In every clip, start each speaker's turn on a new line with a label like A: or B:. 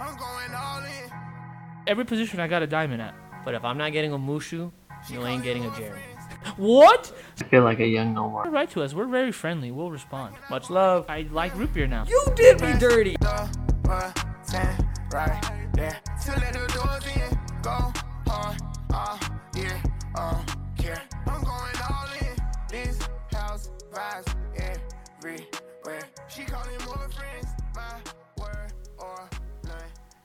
A: I'm going all in.
B: Every position I got a diamond at.
C: But if I'm not getting a Mushu, you ain't getting a Jeremy.
B: What?
D: I feel like a young Nomar.
B: Write to us. We're very friendly. We'll respond. Much love. I like root beer now.
C: You did me dirty.
A: The button right there. To let the doors in, go hard, all year, um, care. I'm going all in. This house vibes everywhere. She calling more friends, my word or none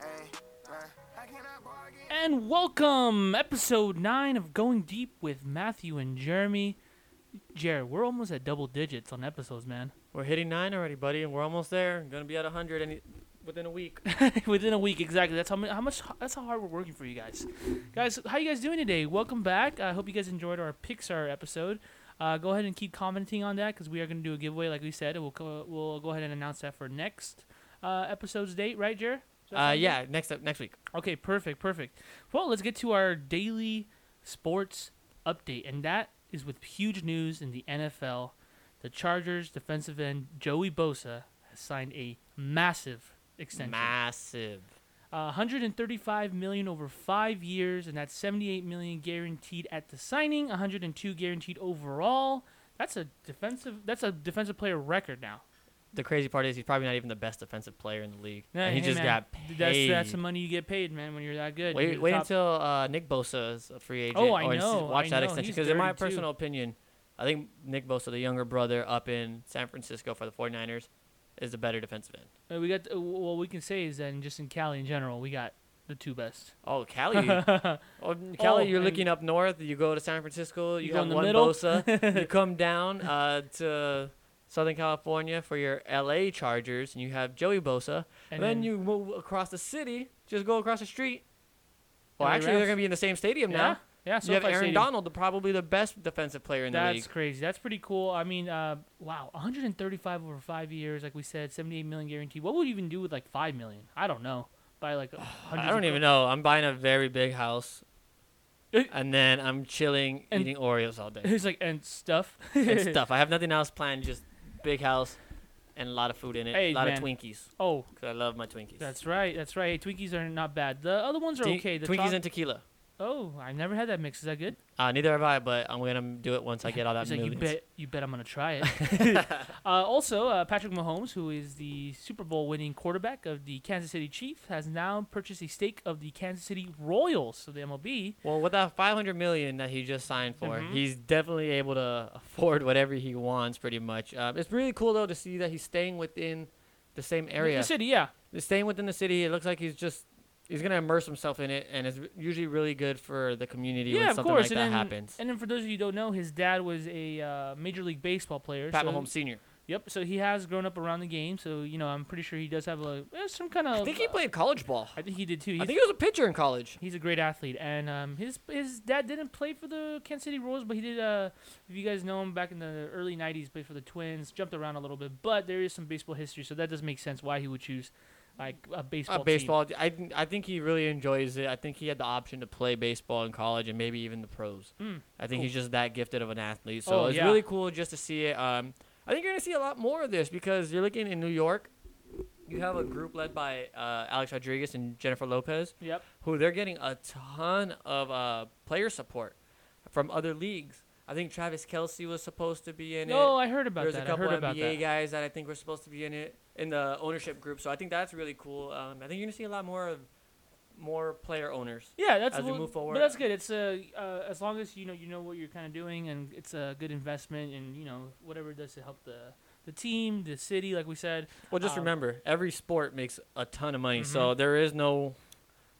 A: ain't mine. I cannot bargain.
B: And welcome, episode nine of Going Deep with Matthew and Jeremy. Jared, we're almost at double digits on episodes, man.
C: We're hitting nine already, buddy, and we're almost there. Gonna be at hundred any within a week.
B: Within a week, exactly. That's how many, how much. That's how hard we're working for you guys. Guys, how you guys doing today? Welcome back. I hope you guys enjoyed our Pixar episode. Uh, go ahead and keep commenting on that because we are gonna do a giveaway, like we said. We'll co- we'll go ahead and announce that for next uh, episode's date, right, Jared? Does that
C: Uh,
B: sound good?
C: yeah, next up next week.
B: Okay, perfect, perfect. Well, let's get to our daily sports update, and that is with huge news in the NFL. The Chargers defensive end Joey Bosa has signed a massive extension,
C: Massive.
B: uh, 135 million over five years, and that's 78 million guaranteed at the signing, 102 guaranteed overall. That's a defensive. That's a defensive player record now.
C: The crazy part is he's probably not even the best defensive player in the league.
B: Yeah,
C: and he
B: hey,
C: just
B: man,
C: got paid.
B: That's that's the money you get paid, man, when you're that good. You're
C: wait
B: the
C: wait
B: top-
C: until uh, Nick Bosa is a free agent.
B: Oh, I
C: or ins-
B: know,
C: Watch
B: I
C: that
B: know,
C: extension.
B: he's
C: Because in my
B: dirty, too.
C: personal opinion, I think Nick Bosa, the younger brother up in San Francisco for the 49ers, is the better defensive end.
B: Uh, we got uh, what we can say is that in, just in Cali in general, we got the two best.
C: Oh, Cali. oh, Cali, you're
B: and-
C: looking up north. You go to San Francisco. You,
B: You go
C: got
B: in the
C: one
B: middle.
C: Bosa. you come down uh, to Southern California for your LA Chargers, and you have Joey Bosa.
B: And
C: And then,
B: then-
C: you move across the city, just go across the street. Well,
B: LA
C: actually, they're
B: Rams.
C: going to be in the same stadium
B: Yeah,
C: now.
B: yeah.
C: you have
B: SoFi
C: Aaron
B: Stadium.
C: Donald, the, probably the best defensive player in the
B: That's
C: league.
B: crazy. That's pretty cool. I mean, uh, wow, 135 over five years, like we said, 78 million guaranteed. What would you even do with like five million? I don't know. By like, hundreds
C: I don't
B: of
C: even know. I'm buying a very big house,
B: Eh.
C: and then I'm chilling,
B: And-
C: eating Oreos all
B: cro-
C: day
B: It's like and stuff.
C: and stuff. I have nothing else planned. Just big house and a lot of food in it.
B: Hey,
C: a lot
B: man.
C: of Twinkies.
B: Oh,
C: Cause I love my Twinkies.
B: that's right. That's right. Hey, Twinkies are not bad. The other ones are
C: Te-
B: okay. The
C: Twinkies
B: choc-
C: and tequila.
B: oh, I've never had that mix. Is that good?
C: Uh, neither have I, but I'm gonna do it once I get all that
B: He's like, you
C: millions.
B: bet, you bet I'm gonna try it. uh, also, uh, Patrick Mahomes, who is the Super Bowl winning quarterback of the Kansas City Chiefs, has now purchased a stake of the Kansas City Royals of the MLB.
C: Well, with that 500 million that he just signed for,
B: Mhm.
C: he's definitely able to afford whatever he wants, pretty much. Um, it's really cool though to see that he's staying within the same
B: The-
C: area.
B: The city, yeah.
C: He's staying within the city. It looks like he's just he's gonna immerse himself in it, and it's usually really good for the community
B: yeah,
C: when
B: of
C: something
B: course.
C: like
B: and
C: that
B: then,
C: happens.
B: And then for those of you who don't know, his dad was a uh, Major League Baseball player.
C: Pat
B: so
C: Mahomes Senior.
B: Yep. So he has grown up around the game. So you know, I'm pretty sure he does have a eh, some kind of.
C: I think he played college ball.
B: I think he did too. He's,
C: I think he was a pitcher in college.
B: He's a great athlete, and um, his his dad didn't play for the Kansas City Royals, but he did. Uh, if you guys know him, back in the early '90s, played for the Twins, jumped around a little bit, but there is some baseball history, so that does make sense why he would choose like a baseball.
C: Uh, baseball. I, I think he really enjoys it. I think he had the option to play baseball in college and maybe even the pros.
B: Mm,
C: I think
B: cool.
C: he's just that gifted of an athlete. So
B: Oh,
C: it's
B: yeah.
C: really cool just to see it. Um, I think you're gonna see a lot more of this because you're looking in New York. You have a group led by uh, Alex Rodriguez and Jennifer Lopez,
B: Team. Yep.
C: who they're getting a ton of uh, player support from other leagues. I think Travis Kelsey was supposed to be in it
B: No, I heard about
C: there's
B: that.
C: a couple
B: I heard about
C: NBA
B: that.
C: guys that I think were supposed to be in it in the ownership group. So I think that's really cool. Um, I think you're gonna see a lot more of more player owners.
B: Yeah, that's
C: as we
B: well,
C: move forward.
B: But that's good. It's uh, uh, as long as you know you know what you're kind of doing, and it's a good investment, and you know whatever it does to help the the team, the city, like we said.
C: Well, just
B: Um,
C: remember, every sport makes a ton of money, so there is no,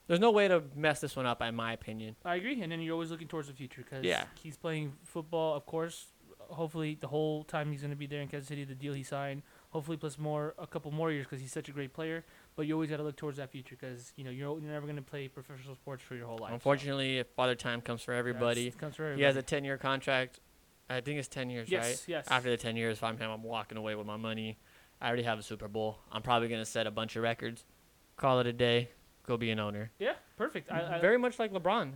C: there's no way to mess this one up, in my opinion.
B: I agree, and then you're always looking towards the future because
C: Yeah.
B: he's playing football, of course. Hopefully, the whole time he's going to be there in Kansas City, the deal he signed. Hopefully, plus more a couple more years because he's such a great player. But you always got to look towards that future because you know you're, you're never going to play professional sports for your whole life. so
C: Unfortunately, if Father Time comes for
B: that's-
C: everybody,
B: comes for
C: he has a
B: everybody.
C: 10-year contract. I think it's 10 years,
B: Yes,
C: right?
B: yes.
C: After the 10 years, if I'm him, I'm walking away with my money. I already have a Super Bowl. I'm probably gonna set a bunch of records. Call it a day. Go be an owner.
B: yeah, perfect. I, I,
C: Very much like LeBron.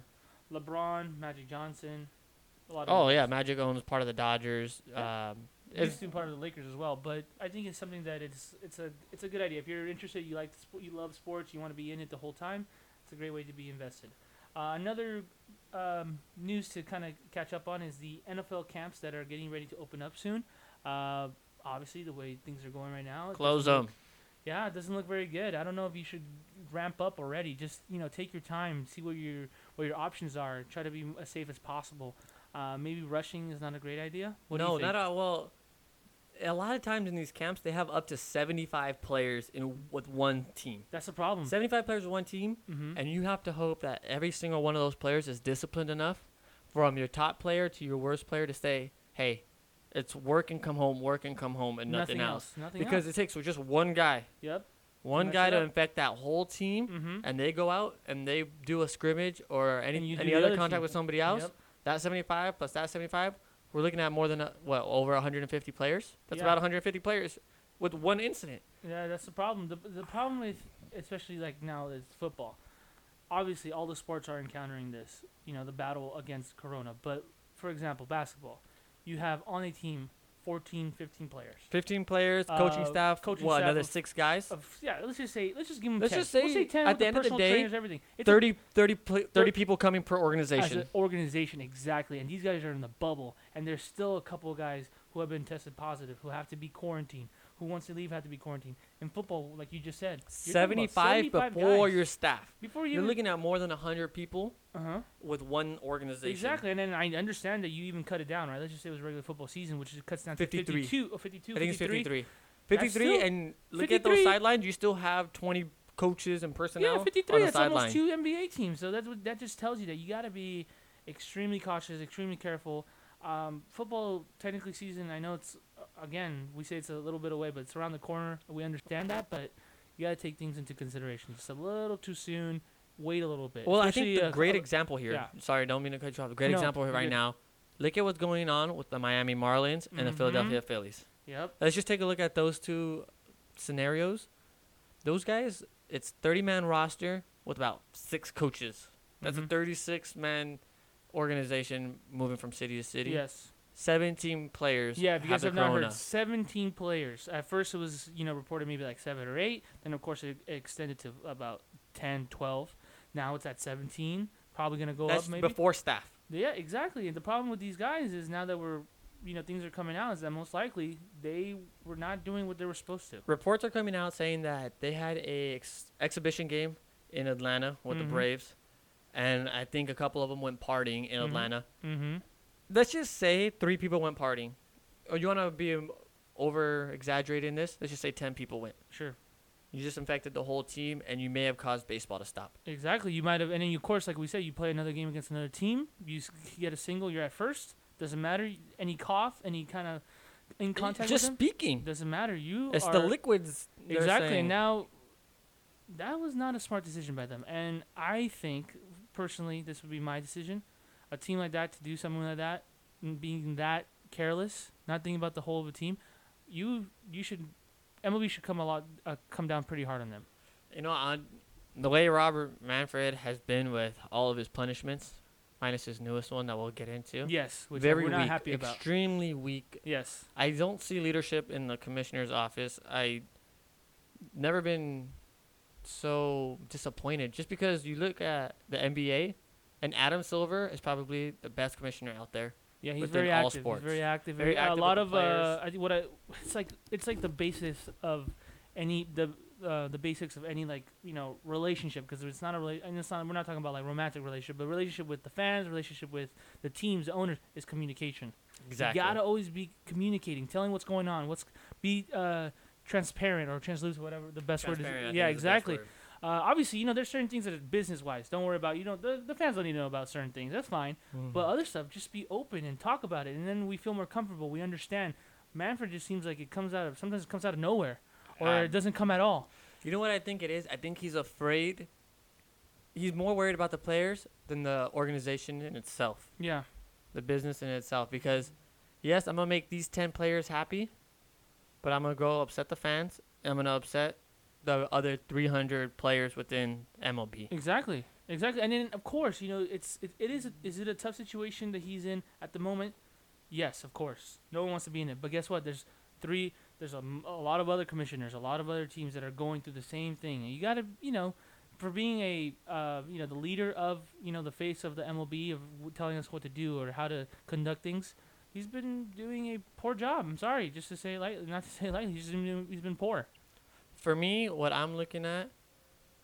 B: LeBron, Magic Johnson, a lot of Oh,
C: Oh yeah, Magic owns part of the Dodgers. Um,
B: It
C: It's-
B: used to be part of the Lakers as well, but I think it's something that it's it's a it's a good idea. If you're interested, you like sp- you love sports, you want to be in it the whole time. It's a great way to be invested. Uh, another um, news to kind of catch up on is the NFL camps that are getting ready to open up soon. Uh, obviously, the way things are going right now, it
C: Close
B: doesn't
C: them.
B: look- yeah, it doesn't look very good. I don't know if you should ramp up already. Just you know, take your time, see what your what your options are. Try to be as safe as possible. Uh, maybe rushing is not a great idea. What do
C: no,
B: you think?
C: not at well. A lot of times in these camps, they have up to seventy-five players in with one team.
B: That's the problem.
C: Seventy-five players with one team,
B: Mhm.
C: and you have to hope that every single one of those players is disciplined enough, from your top player to your worst player, to say, "Hey, it's work and come home, work and come home, and nothing, else."
B: Nothing
C: Because
B: else.
C: it takes just one guy,
B: Yep.
C: one
B: mess
C: guy
B: it
C: to
B: up.
C: infect that whole team,
B: Mm-hmm.
C: and they go out and they do a scrimmage or
B: And
C: any
B: you
C: any
B: do the
C: other
B: other
C: contact
B: team.
C: with somebody else.
B: Yep.
C: That 75 plus that 75, we're looking at more than uh what over 150 players. That's
B: Yeah.
C: about 150 players with one incident.
B: Yeah, that's the problem. The, the problem with, especially like now, is football. Obviously, all the sports are encountering this, you know, the battle against corona. But for example, basketball, you have on a team 14, 15 players.
C: 15 players, coaching
B: Uh,
C: staff,
B: coaching
C: what
B: staff
C: another
B: of-
C: six guys,
B: Of, yeah, let's just say, let's just give them
C: Let's
B: 10.
C: just
B: we'll
C: say,
B: 10
C: at
B: with
C: the end of the
B: personal
C: day,
B: trainers, everything. It's a
C: 30 30 pla- 30 people coming per
B: as
C: organization.
B: an organization exactly and these guys are in the bubble and there's still a couple of guys who have been tested positive who have to be quarantined who wants to leave have to be quarantined in football like you just said you're talking
C: 75,
B: about
C: before
B: guys.
C: your staff.
B: before you
C: You're
B: even-
C: looking at more than 100 people
B: uh-huh
C: with one organization.
B: exactly and then i understand that you even cut it down right let's just say it was regular football season which is cuts down to
C: 53.
B: 52 oh, 52
C: I think it's 53.
B: That's
C: 53
B: still-
C: and look at those
B: 53.
C: sidelines, you still have 20 coaches and personnel
B: yeah 53
C: on the
B: that's
C: sideline.
B: almost two nba teams so that's what that just tells you that you got to be extremely cautious extremely careful um, football technically season i know it's uh, again we say it's a little bit away but it's around the corner we understand that but you got to take things into consideration just a little too soon wait a little bit
C: Well, I
B: Especially,
C: think the
B: uh,
C: great
B: uh,
C: example here.
B: yeah.
C: Sorry, don't mean to cut you off. The great
B: No,
C: example here
B: you're
C: right
B: good.
C: now. Look at what's going on with the Miami Marlins and the
B: Mhm.
C: Philadelphia Phillies.
B: yep
C: Let's just take a look at those two scenarios. Those guys, it's 30 man roster with about six coaches. That's a
B: Mhm.
C: 36 man organization moving from city to city.
B: yes
C: 17 players.
B: Yeah, if you guys
C: the
B: have not
C: corona.
B: heard, 17 players. At first, it was, you know, reported maybe like seven or eight. Then, of course, it it extended to about 10, 12. Now it's at 17. Probably going to go
C: That's
B: up maybe.
C: before staff.
B: yeah, exactly. And the problem with these guys is now that we're, you know, things are coming out, is that most likely they were not doing what they were supposed to.
C: Reports are coming out saying that they had a ex- exhibition game in Atlanta with
B: Mhm.
C: the Braves, and I think a couple of them went partying in
B: Mhm.
C: Atlanta.
B: Mm-hmm.
C: Let's just say three people went partying. Or you want to be um, over exaggerating this? Let's just say ten people went.
B: Sure.
C: You just infected the whole team, and you may have caused baseball to stop.
B: Exactly. You might have, and then, of course, like we said, you play another game against another team. You s- get a single, you're at first. Doesn't matter. Any cough, any kind of in contact
C: just
B: with them.
C: speaking,
B: Doesn't matter. You
C: it's
B: are
C: the liquids. they're
B: Exactly.
C: saying.
B: And now, that was not a smart decision by them. And I think, personally, this would be my decision. A team like that to do something like that, and being that careless, not thinking about the whole of a team, you you should MLB should come a lot uh, come down pretty hard on them.
C: You know, on the way Robert Manfred has been with all of his punishments, minus his newest one that we'll get into.
B: Yes, which
C: Very
B: we're not
C: weak,
B: happy about.
C: extremely weak
B: Yes.
C: I don't see leadership in the commissioner's office. I never been so disappointed just because you look at the NBA and Adam Silver is probably the best commissioner out there.
B: Yeah, he's
C: within
B: very
C: all
B: active.
C: sports.
B: He's very active.
C: Very
B: Very,
C: active
B: a lot
C: with
B: of
C: the
B: uh, I, what I it's like it's like the basis of any the uh, the basics of any like you know relationship because it's not a rela- and it's not we're not talking about like romantic relationship but relationship with the fans relationship with the teams the owners is communication. You gotta always be communicating, telling what's going on, what's be uh, transparent or translucent, whatever the best word
C: Transparent, I
B: is.
C: think,
B: Yeah,
C: is the best
B: exactly.
C: word.
B: Uh, obviously, you know, there's certain things that are business wise. Don't worry about you know the, the fans don't need to know about certain things. That's fine. But other stuff, just be open and talk about it, and then we feel more comfortable. We understand. Manfred just seems like it comes out of sometimes it comes out of nowhere, or
C: Um,
B: it doesn't come at all.
C: You know what I think it is? I think he's afraid. He's more worried about the players than the organization in itself,
B: Yeah,
C: the business in itself. Because, yes, I'm gonna make these ten players happy, but I'm gonna go upset the fans. And I'm gonna upset the other 300 players within MLB.
B: exactly, exactly. And then of course, you know, it's it, it is a, is it a tough situation that he's in at the moment? Yes, of course. No one wants to be in it. But guess what? There's three. There's a, m- a lot of other commissioners, a lot of other teams that are going through the same thing. And you got to, you know, for being a, uh, you know, the leader of, you know, the face of the MLB of w- telling us what to do or how to conduct things, he's been doing a poor job. I'm sorry, just to say it lightly, not to say it lightly. He's just been doing- he's been poor.
C: For me, what I'm looking at,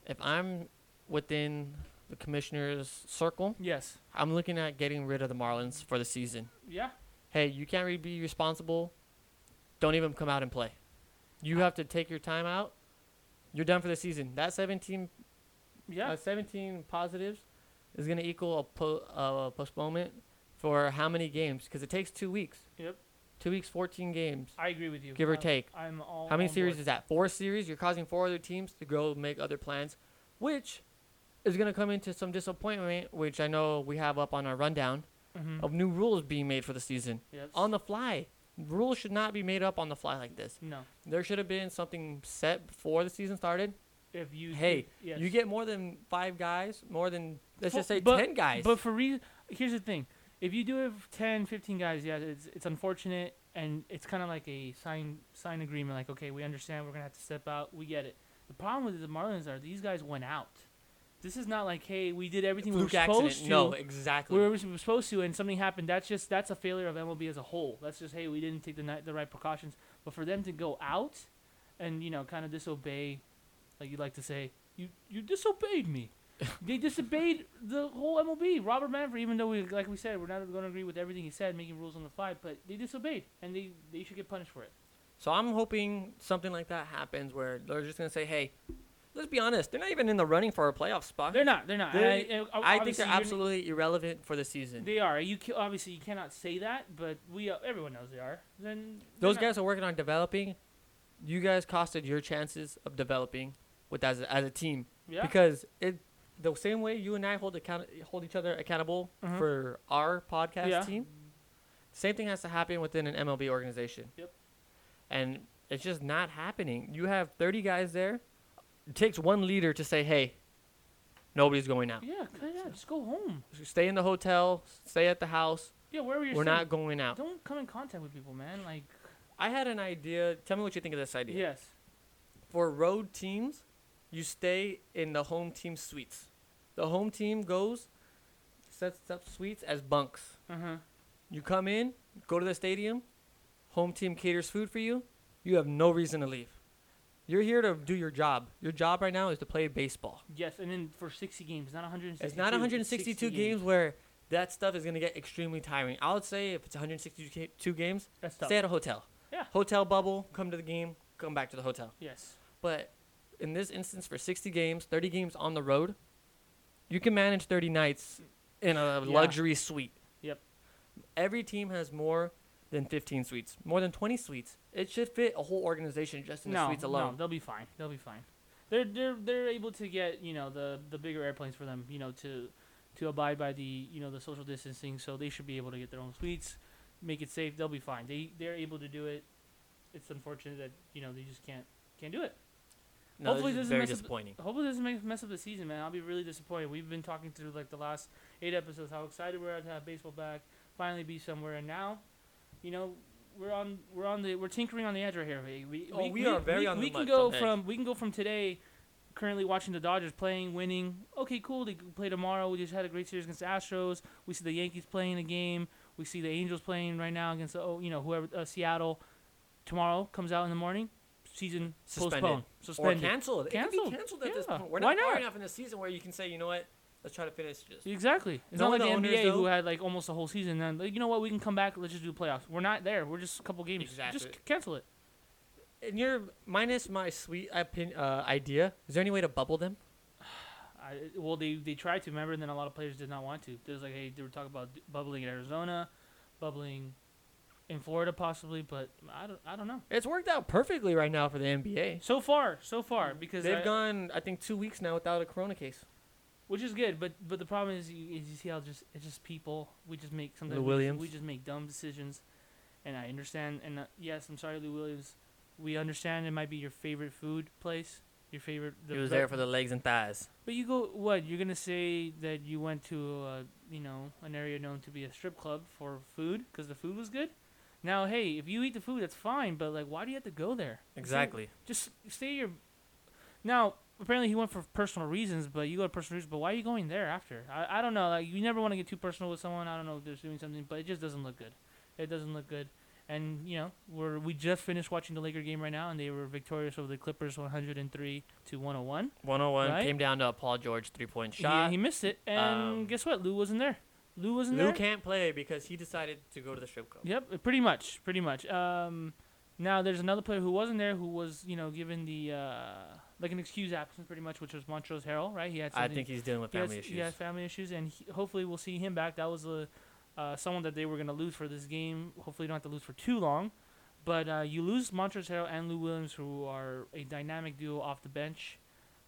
C: if I'm within the commissioner's circle,
B: Yes.
C: I'm looking at getting rid of the Marlins for the season.
B: Yeah.
C: Hey, you can't really be responsible. Don't even come out and play. You have to take your time out. You're done for the season. That 17,
B: Yeah.
C: uh, 17 positives is going to equal a, po- uh, postponement for how many games? Because it takes two weeks.
B: Yep.
C: Two weeks, 14 games.
B: I agree with you.
C: give or
B: I'm-
C: take.
B: I'm all.
C: How many
B: on
C: series
B: board.
C: is that? Four series. You're causing four other teams to go make other plans, which is going to come into some disappointment, which I know we have up on our rundown
B: Mhm.
C: of new rules being made for the season
B: Yes.
C: on the fly. Rules should not be made up on the fly like this.
B: No.
C: There should have been something set before the season started.
B: If you.
C: Hey,
B: think- yes.
C: you get more than five guys, more than let's just
B: Well,
C: say
B: but-
C: ten guys.
B: But for reason, here's the thing: if you do it with 10, 15 guys, yeah, it's it's unfortunate, and it's kind of like a sign sign agreement. Like, okay, we understand we're gonna have to step out. We get it. The problem with the Marlins are these guys went out. This is not like, hey, we did everything we were
C: Fluke
B: supposed
C: accident.
B: to.
C: No, exactly.
B: we were we were supposed to, and something happened. That's just that's a failure of MLB as a whole. That's just hey, we didn't take the ni- the right precautions. But for them to go out, and you know, kind of disobey, like you like to say, you you disobeyed me. they disobeyed the whole MLB. Robert Manfred, even though we like we said, we're not going to agree with everything he said, making rules on the fly, but they disobeyed, and they they should get punished for it.
C: So I'm hoping something like that happens where they're just gonna say, "Hey, let's be honest, they're not even in the running for a playoff spot.
B: They're not. They're not. And
C: They-
B: and o-
C: I think
B: obviously
C: they're
B: you're n-
C: absolutely irrelevant for the season.
B: They are. You ca- obviously you cannot say that, but we uh, everyone knows they are. Then they're
C: Those
B: not-
C: guys are working on developing. You guys costed your chances of developing with as a, as a team
B: Yeah.
C: because it the same way you and I hold account hold each other accountable
B: Mhm.
C: for our podcast
B: Yeah.
C: team. Same thing has to happen within an MLB organization.
B: Yep.
C: And it's just not happening. You have 30 guys there. It takes one leader to say, "Hey, nobody's going out.
B: yeah, cut it out. Just go home.
C: Stay in the hotel. Stay at the house.
B: Yeah, wherever you're
C: We're
B: staying.
C: not going out."
B: Don't come in contact with people, man. Like,
C: I had an idea. Tell me what you think of this idea.
B: yes.
C: for road teams, you stay in the home team suites. The home team goes, sets up suites as bunks.
B: Uh huh.
C: You come in, go to the stadium, home team caters food for you. You have no reason to leave. You're here to do your job. Your job right now is to play baseball.
B: Yes, and then for 60 games, not 162.
C: It's not 162
B: 60
C: games, where that stuff is going to get extremely tiring. I would say if it's 162 games,
B: That's tough.
C: stay at a hotel.
B: Yeah.
C: Hotel bubble, come to the game, come back to the hotel.
B: Yes.
C: But in this instance, for 60 games, 30 games on the road, you can manage 30 nights in a
B: Yeah.
C: luxury suite.
B: Yep.
C: Every team has more than 15 suites, more than 20 suites. It should fit a whole organization just in the
B: No,
C: suites alone.
B: no, they'll be fine. They'll be fine. They're they're they're able to get you know the the bigger airplanes for them you know to to abide by the you know the social distancing, so they should be able to get their own suites, make it safe. They'll be fine. They they're able to do it. It's unfortunate that you know they just can't can't do it.
C: No,
B: Hopefully
C: this
B: doesn't
C: is very
B: mess up the-
C: disappointing.
B: Hopefully this doesn't make mess up the season, man. I'll be really disappointed. We've been talking through like the last eight episodes how excited we are to have baseball back, finally be somewhere, and now, you know, we're on we're on the we're tinkering on the edge right here. We we,
C: Oh, we are very
B: we,
C: on the
B: we can
C: much
B: go
C: on edge.
B: from we can go from today, currently watching the Dodgers playing, winning. Okay, cool. They can play tomorrow. We just had a great series against the Astros. We see the Yankees playing a game. We see the Angels playing right now against oh you know whoever uh, Seattle. Tomorrow comes out in the morning. Season
C: Suspended.
B: postponed.
C: Or
B: Suspended.
C: canceled. It can
B: Canceled.
C: be canceled at this
B: Yeah.
C: point. We're
B: Why
C: not far
B: not?
C: enough in the season where you can say, you know what, let's try to finish this.
B: Exactly. It's
C: Knowing
B: not like
C: the
B: the,
C: owners,
B: NBA who
C: though-
B: had like almost a whole season. Then like, you know what? We can come back. Let's just do playoffs. We're not there. We're just a couple games.
C: Exactly.
B: Just c- cancel it.
C: And you're minus my sweet opin- uh, idea. Is there any way to bubble them?
B: I, well, they they tried to remember, and then a lot of players did not want to. There's like hey, they were talking about d- bubbling in Arizona, bubbling in Florida possibly, but I don't I don't know.
C: It's worked out perfectly right now for the NBA.
B: So far, so far, because
C: They've
B: I-
C: gone, I think, two weeks now without a corona case.
B: which is good. But but the problem is you, is you see how just it's just people. We just make sometimes
C: Lou
B: we just-
C: Williams.
B: We just make dumb decisions, and I understand. And uh, yes, I'm sorry, Lou Williams. We understand it might be your favorite food place, Your favorite.
C: He was there for the legs and thighs.
B: But you go what? You're gonna say that you went to uh, you know an area known to be a strip club for food because the food was good. Now, hey, if you eat the food, that's fine. But like, why do you have to go there? Stay-
C: Exactly.
B: just stay your. Now, apparently, he went for personal reasons, but you go to personal reasons. But why are you going there after? I, I don't know. Like, you never want to get too personal with someone. I don't know if they're doing something, but it just doesn't look good. It doesn't look good. And you know, we're we just finished watching the Laker game right now, and they were victorious over the Clippers, 103 to 101.
C: 101
B: Right?
C: came down to a Paul George three point
B: He-
C: shot.
B: He, missed it, and
C: Um,
B: guess what? Lou wasn't there. Lou wasn't
C: Lou
B: there.
C: can't play because he decided to go to the strip club.
B: Yep, uh, pretty much, pretty much. Um, now there's another player who wasn't there, who was you know given the uh, like an excuse absence, pretty much, which was Montrose Harrell, right? He had
C: I
B: something-
C: think he's dealing with
B: he
C: family
B: has,
C: issues.
B: He has family issues, and he, hopefully we'll see him back. That was a, uh, someone that they were going to lose for this game. Hopefully, you don't have to lose for too long. But uh, you lose Montrezl Harrell and Lou Williams, who are a dynamic duo off the bench,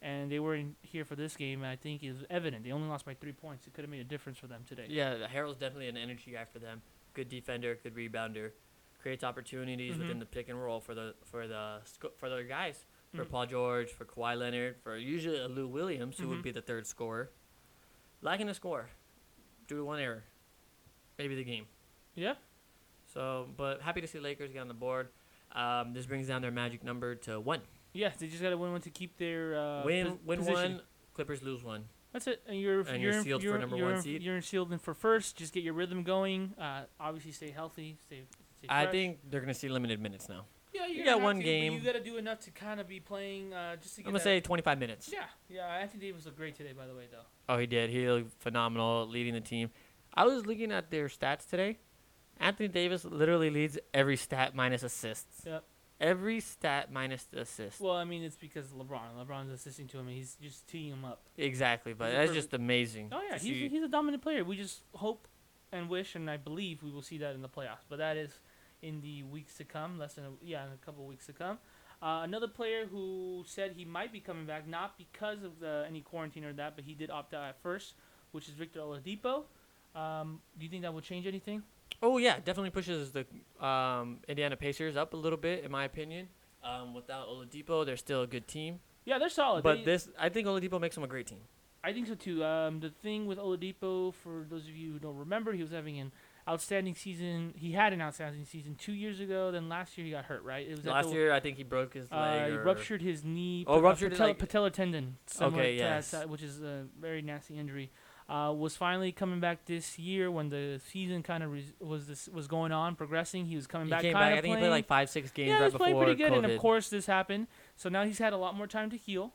B: and they were in here for this game. And I think is evident. They only lost by three points. It could have made a difference for them today.
C: Yeah, the Harold's definitely an energy guy for them. Good defender, good rebounder, creates opportunities
B: Mhm.
C: within the pick and roll for the for the sco- for their guys. For
B: Mhm.
C: Paul George, for Kawhi Leonard, for usually a Lou Williams, who
B: Mhm.
C: would be the third scorer, lacking a score due to one error, maybe the game.
B: Yeah.
C: So, but happy to see Lakers get on the board. Um, this brings down their magic number to one.
B: Yeah, they just got to win one to keep their uh,
C: win,
B: pos-
C: win
B: position.
C: one. Clippers lose one.
B: That's it. And you're
C: And
B: you're,
C: you're
B: in-
C: sealed for
B: you're,
C: number
B: you're
C: one
B: in-
C: seed.
B: You're in sealed in for first. Just get your rhythm going. Uh, obviously, stay healthy. Stay. stay
C: I
B: fresh.
C: think they're gonna see limited minutes now.
B: Yeah,
C: You
B: you're
C: got
B: gonna have
C: one
B: to, but
C: game.
B: You got to do enough to kind of be playing uh, just to
C: I'm
B: get.
C: gonna
B: that-
C: say 25 minutes.
B: Yeah, yeah. Anthony Davis looked great today, by the way, though.
C: Oh, he did. He looked phenomenal leading the team. I was looking at their stats today. Anthony Davis literally leads every stat minus assists.
B: Yep.
C: Every stat minus the assist.
B: Well, I mean, it's because LeBron. LeBron's assisting to him, and he's just teeing him up.
C: exactly, but
B: He's a
C: that's
B: perfect-
C: just amazing.
B: Oh yeah,
C: to
B: he's
C: see.
B: a, he's a dominant player. We just hope and wish, and I believe we will see that in the playoffs. But that is in the weeks to come. Less than a, yeah, in a couple weeks to come. Uh, another player who said he might be coming back, not because of the, any quarantine or that, but he did opt out at first, which is Victor Oladipo. Um, do you think that will change anything?
C: Oh yeah, definitely pushes the um, Indiana Pacers up a little bit, in my opinion. Um, without Oladipo, they're still a good team.
B: Yeah, they're solid.
C: but
B: Oh, They-
C: this, I think Oladipo makes them a great team.
B: I think so too. Um, the thing with Oladipo, for those of you who don't remember, he was having an outstanding season. He had an outstanding season two years ago. Then last year he got hurt, right? It was at
C: Last
B: the-
C: year, I think he broke his
B: uh,
C: leg.
B: he
C: or-
B: ruptured his knee.
C: Oh,
B: pa- uh,
C: ruptured it,
B: patella,
C: like-
B: patellar tendon. similar
C: Okay,
B: to that
C: yes.
B: side, which is a very nasty injury. Uh, was finally coming back this year when the season kind of res- was this, was going on, progressing. He was coming
C: He
B: back.
C: came
B: kinda
C: back. I think he played
B: playing.
C: like five, six games
B: Yeah, he
C: right
B: was playing
C: before
B: pretty good,
C: COVID.
B: and of course this happened. So now he's had a lot more time to heal.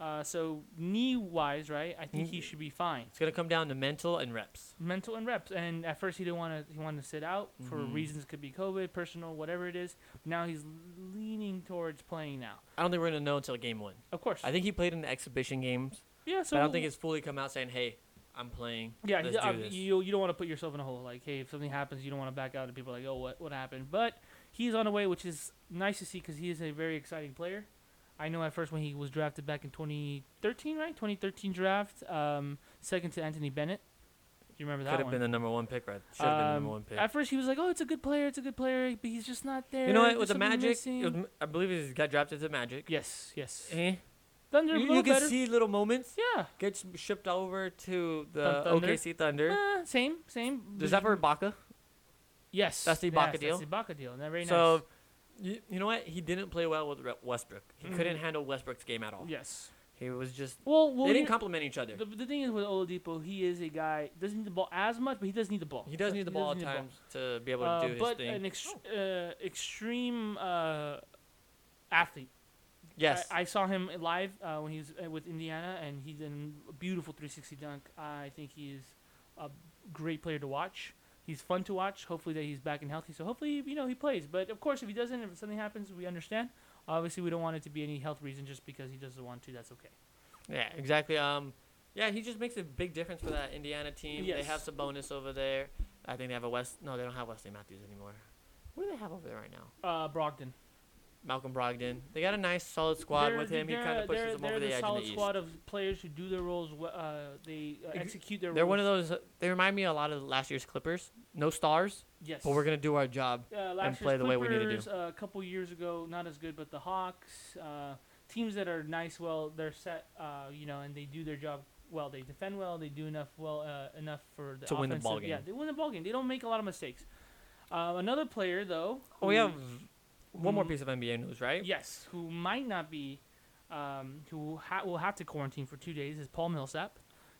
B: Uh, so knee wise, right? I think he
C: Mm.
B: should be fine.
C: it's gonna come down to mental and reps.
B: Mental and reps, and at first he didn't want to. He wanted to sit out for
C: Mhm.
B: reasons could be COVID, personal, whatever it is. Now he's leaning towards playing now.
C: I don't think we're gonna know until game one.
B: Of course,
C: I think he played in the exhibition games.
B: yeah. So
C: but I don't think
B: we'll-
C: it's fully come out saying, "Hey, I'm playing."
B: Yeah,
C: let's
B: you-
C: do
B: um,
C: this.
B: you you don't want to put yourself in a hole. Like, hey, if something happens, you don't want to back out, and people are like, oh, what what happened? But he's on the way, which is nice to see because he is a very exciting player. I know at first when he was drafted back in 2013, right? 2013 draft, um, second to Anthony Bennett. Do you remember
C: Could
B: that
C: have
B: one?
C: been the number one pick, right? Should have been the
B: Um,
C: number one pick.
B: At first, he was like, "Oh, it's a good player, it's a good player," but he's just not there.
C: you know what?
B: there's
C: With the
B: something
C: Magic,
B: missing.
C: it was- I believe he got drafted to the Magic.
B: yes, yes,
C: Eh.
B: Thunder
C: You,
B: a
C: you
B: little
C: can
B: better.
C: see little moments.
B: yeah,
C: Gets shipped over to
B: Thun-
C: the
B: Thunder.
C: OKC Thunder.
B: Eh, same, same.
C: Is that for Ibaka?
B: Yes,
C: that's the
B: yes,
C: Ibaka deal?
B: That's the Ibaka deal. Not very
C: so, you, you know what? He didn't play well with Re- Westbrook. He
B: Mhm.
C: couldn't handle Westbrook's game at all.
B: nice. Yes.
C: He was just.
B: Well, well
C: they
B: you-
C: didn't complement each other.
B: The, the thing is with Oladipo, he is a guy doesn't need the ball as much, but he does need the ball.
C: he does need the ball at
B: does need
C: times to
B: the
C: be able to
B: ball.
C: do
B: Uh,
C: his
B: but
C: thing. Oh.
B: an ex- uh, extreme uh, athlete.
C: yes.
B: I, I saw him live uh, when he was uh, with Indiana, and he did a beautiful 360 dunk. I think he is a great player to watch. He's fun to watch. Hopefully that he's back and healthy. So hopefully you know he plays. But of course, if he doesn't, if something happens, we understand. Obviously, we don't want it to be any health reason just because he doesn't want to. That's okay.
C: Yeah, exactly. Um, yeah, he just makes a big difference for that Indiana team. They have
B: Yes.
C: Sabonis over there. I think they have a West. No, they don't have Wesley Matthews anymore. Who do they have over there right now?
B: Uh, Brogdon.
C: Malcolm Brogdon. They got a nice solid squad
B: They're
C: with
B: the-
C: him. He
B: they're
C: kind
B: a-
C: of pushes
B: they're-
C: them over
B: they're
C: the, edge in
B: solid
C: the East.
B: squad of players who do their roles. we- Uh, they uh,
C: Ex-
B: execute their.
C: They're
B: roles.
C: one of those. They remind me a lot of last year's Clippers. No stars,
B: Yes.
C: but we're gonna do our job.
B: uh, last
C: play
B: year's
C: the way we need to do.
B: Clippers, uh, a couple years ago, not as good, but the Hawks. Uh, teams that are nice, well, they're set, uh, you know, and they do their job well. They defend well. They do enough well uh, enough for the
C: To win the
B: offensive-
C: ballgame.
B: Yeah, they win the ball game. They don't make a lot of mistakes. Uh, another player though.
C: Oh, we
B: who-
C: have one more
B: Mm.
C: piece of NBA news, right?
B: Yes, who might not be, um, who ha- will have to quarantine for two days is Paul Millsap.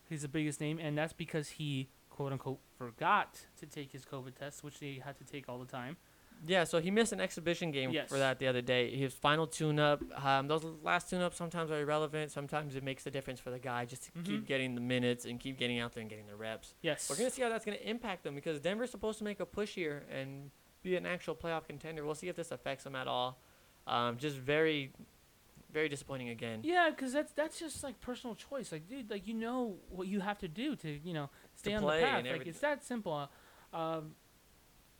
B: He's the biggest name, and that's because he quote unquote forgot to take his COVID test, which they had to take all the time.
C: Yeah, so he missed an exhibition game
B: Yes.
C: for that the other day. His final tune-up. Um, those last tune-ups sometimes are irrelevant. Sometimes it makes a difference for the guy just to
B: Mhm.
C: keep getting the minutes and keep getting out there and getting the reps.
B: Yes,
C: We're gonna see how that's gonna impact them because Denver's supposed to make a push here and be an actual playoff contender. We'll see if this affects them at all. Um, just very, very disappointing again.
B: yeah, because that's that's just like personal choice. Like, dude, like you know what you have to do to you know stay on the
C: play
B: path.
C: and
B: Like
C: everyth-
B: it's that simple. Uh, um,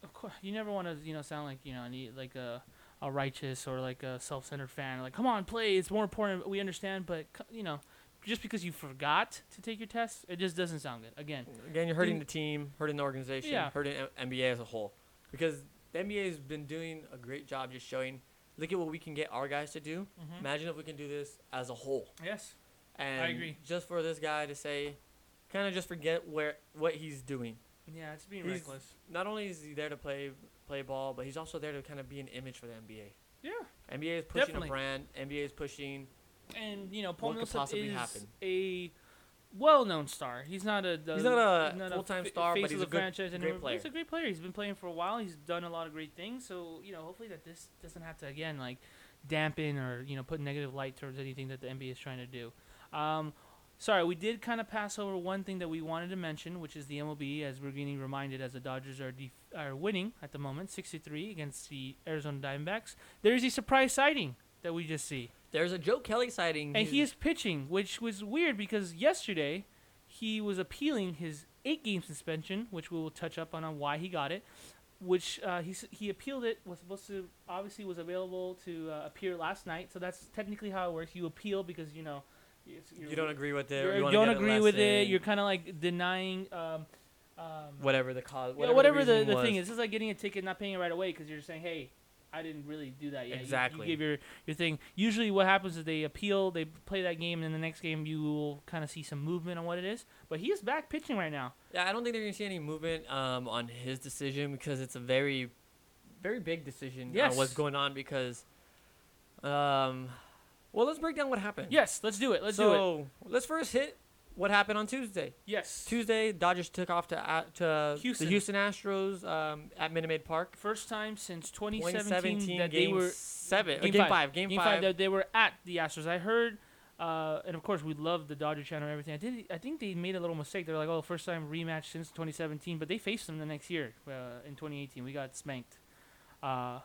B: of course, you never want to you know sound like you know any- like a a righteous or like a self-centered fan. Like, come on, play. It's more important. We understand, but c- you know, just because you forgot to take your test, it just doesn't sound good. Again,
C: Again, you're hurting
B: Didn't-
C: the team, hurting the organization,
B: Yeah.
C: hurting M- NBA as a whole. Because the NBA has been doing a great job just showing, look at what we can get our guys to do.
B: Mm-hmm.
C: Imagine if we can do this as a whole.
B: yes,
C: And
B: agree.
C: just for this guy to say, kind of just forget where what he's doing.
B: yeah, it's being
C: He's-
B: reckless.
C: Not only is he there to play play ball, but he's also there to kind of be an image for the NBA.
B: Yeah,
C: NBA is pushing
B: Definitely.
C: a brand. NBA is pushing.
B: and you know, Paul
C: What could
B: Millsap
C: possibly
B: is
C: happen?
B: a well-known star. He's not a the-
C: He's not a full-time
B: fa-
C: star, but
B: face of
C: he's
B: the
C: a good-
B: franchise and
C: great
B: we're-
C: player.
B: He's a great player. He's been playing for a while. He's done a lot of great things. So you know, hopefully that this doesn't have to again like dampen or you know put negative light towards anything that the NBA is trying to do. Um, sorry, we did kind of pass over one thing that we wanted to mention, which is the MLB. As we're getting reminded, as the Dodgers are def- are winning at the moment, sixty-three against the Arizona Diamondbacks. There is a surprise sighting that we just see.
C: There's a Joe Kelly sighting.
B: And
C: He's-
B: he is pitching, which was weird because yesterday he was appealing his eight game suspension, which we will touch up on, on why he got it. Which uh, he, s- he appealed it, was supposed to, obviously, was available to uh, appear last night. So that's technically how it works. You appeal because, you know, it's-
C: You don't agree with it.
B: you're-
C: or
B: you
C: wanna
B: don't
C: get a
B: agree with it.
C: lesson,
B: You're kind of like denying. Um, um,
C: whatever the cause.
B: yeah, whatever, the,
C: reasoning
B: the,
C: was.
B: thing is, it's like getting a ticket, not paying it right away because you're saying, "Hey, I didn't really do that yet." You-
C: Exactly.
B: You, give your your thing. Usually, what happens is they appeal, they play that game, and then the next game you will kind of see some movement on what it is. But he is back pitching right now.
C: Yeah, I don't think they're gonna see any movement um, on his decision because it's a very, very big decision
B: Yes.
C: on what's going on because, um, well, let's break down what happened.
B: Yes, let's do it. Let's do it.
C: so let's first hit what happened on Tuesday.
B: Yes.
C: Tuesday, Dodgers took off to uh, to
B: Houston.
C: the Houston Astros um, at Minute Maid Park.
B: First time since 2017,
C: 2017
B: that
C: game
B: they were
C: seven, or game five, game, five.
B: that they were at the Astros. I heard, uh, and of course we love the Dodger channel and everything. I did. I think they made a little mistake. They're like, oh, first time rematch since 2017, but they faced them the next year uh, in 2018. We got spanked. Uh,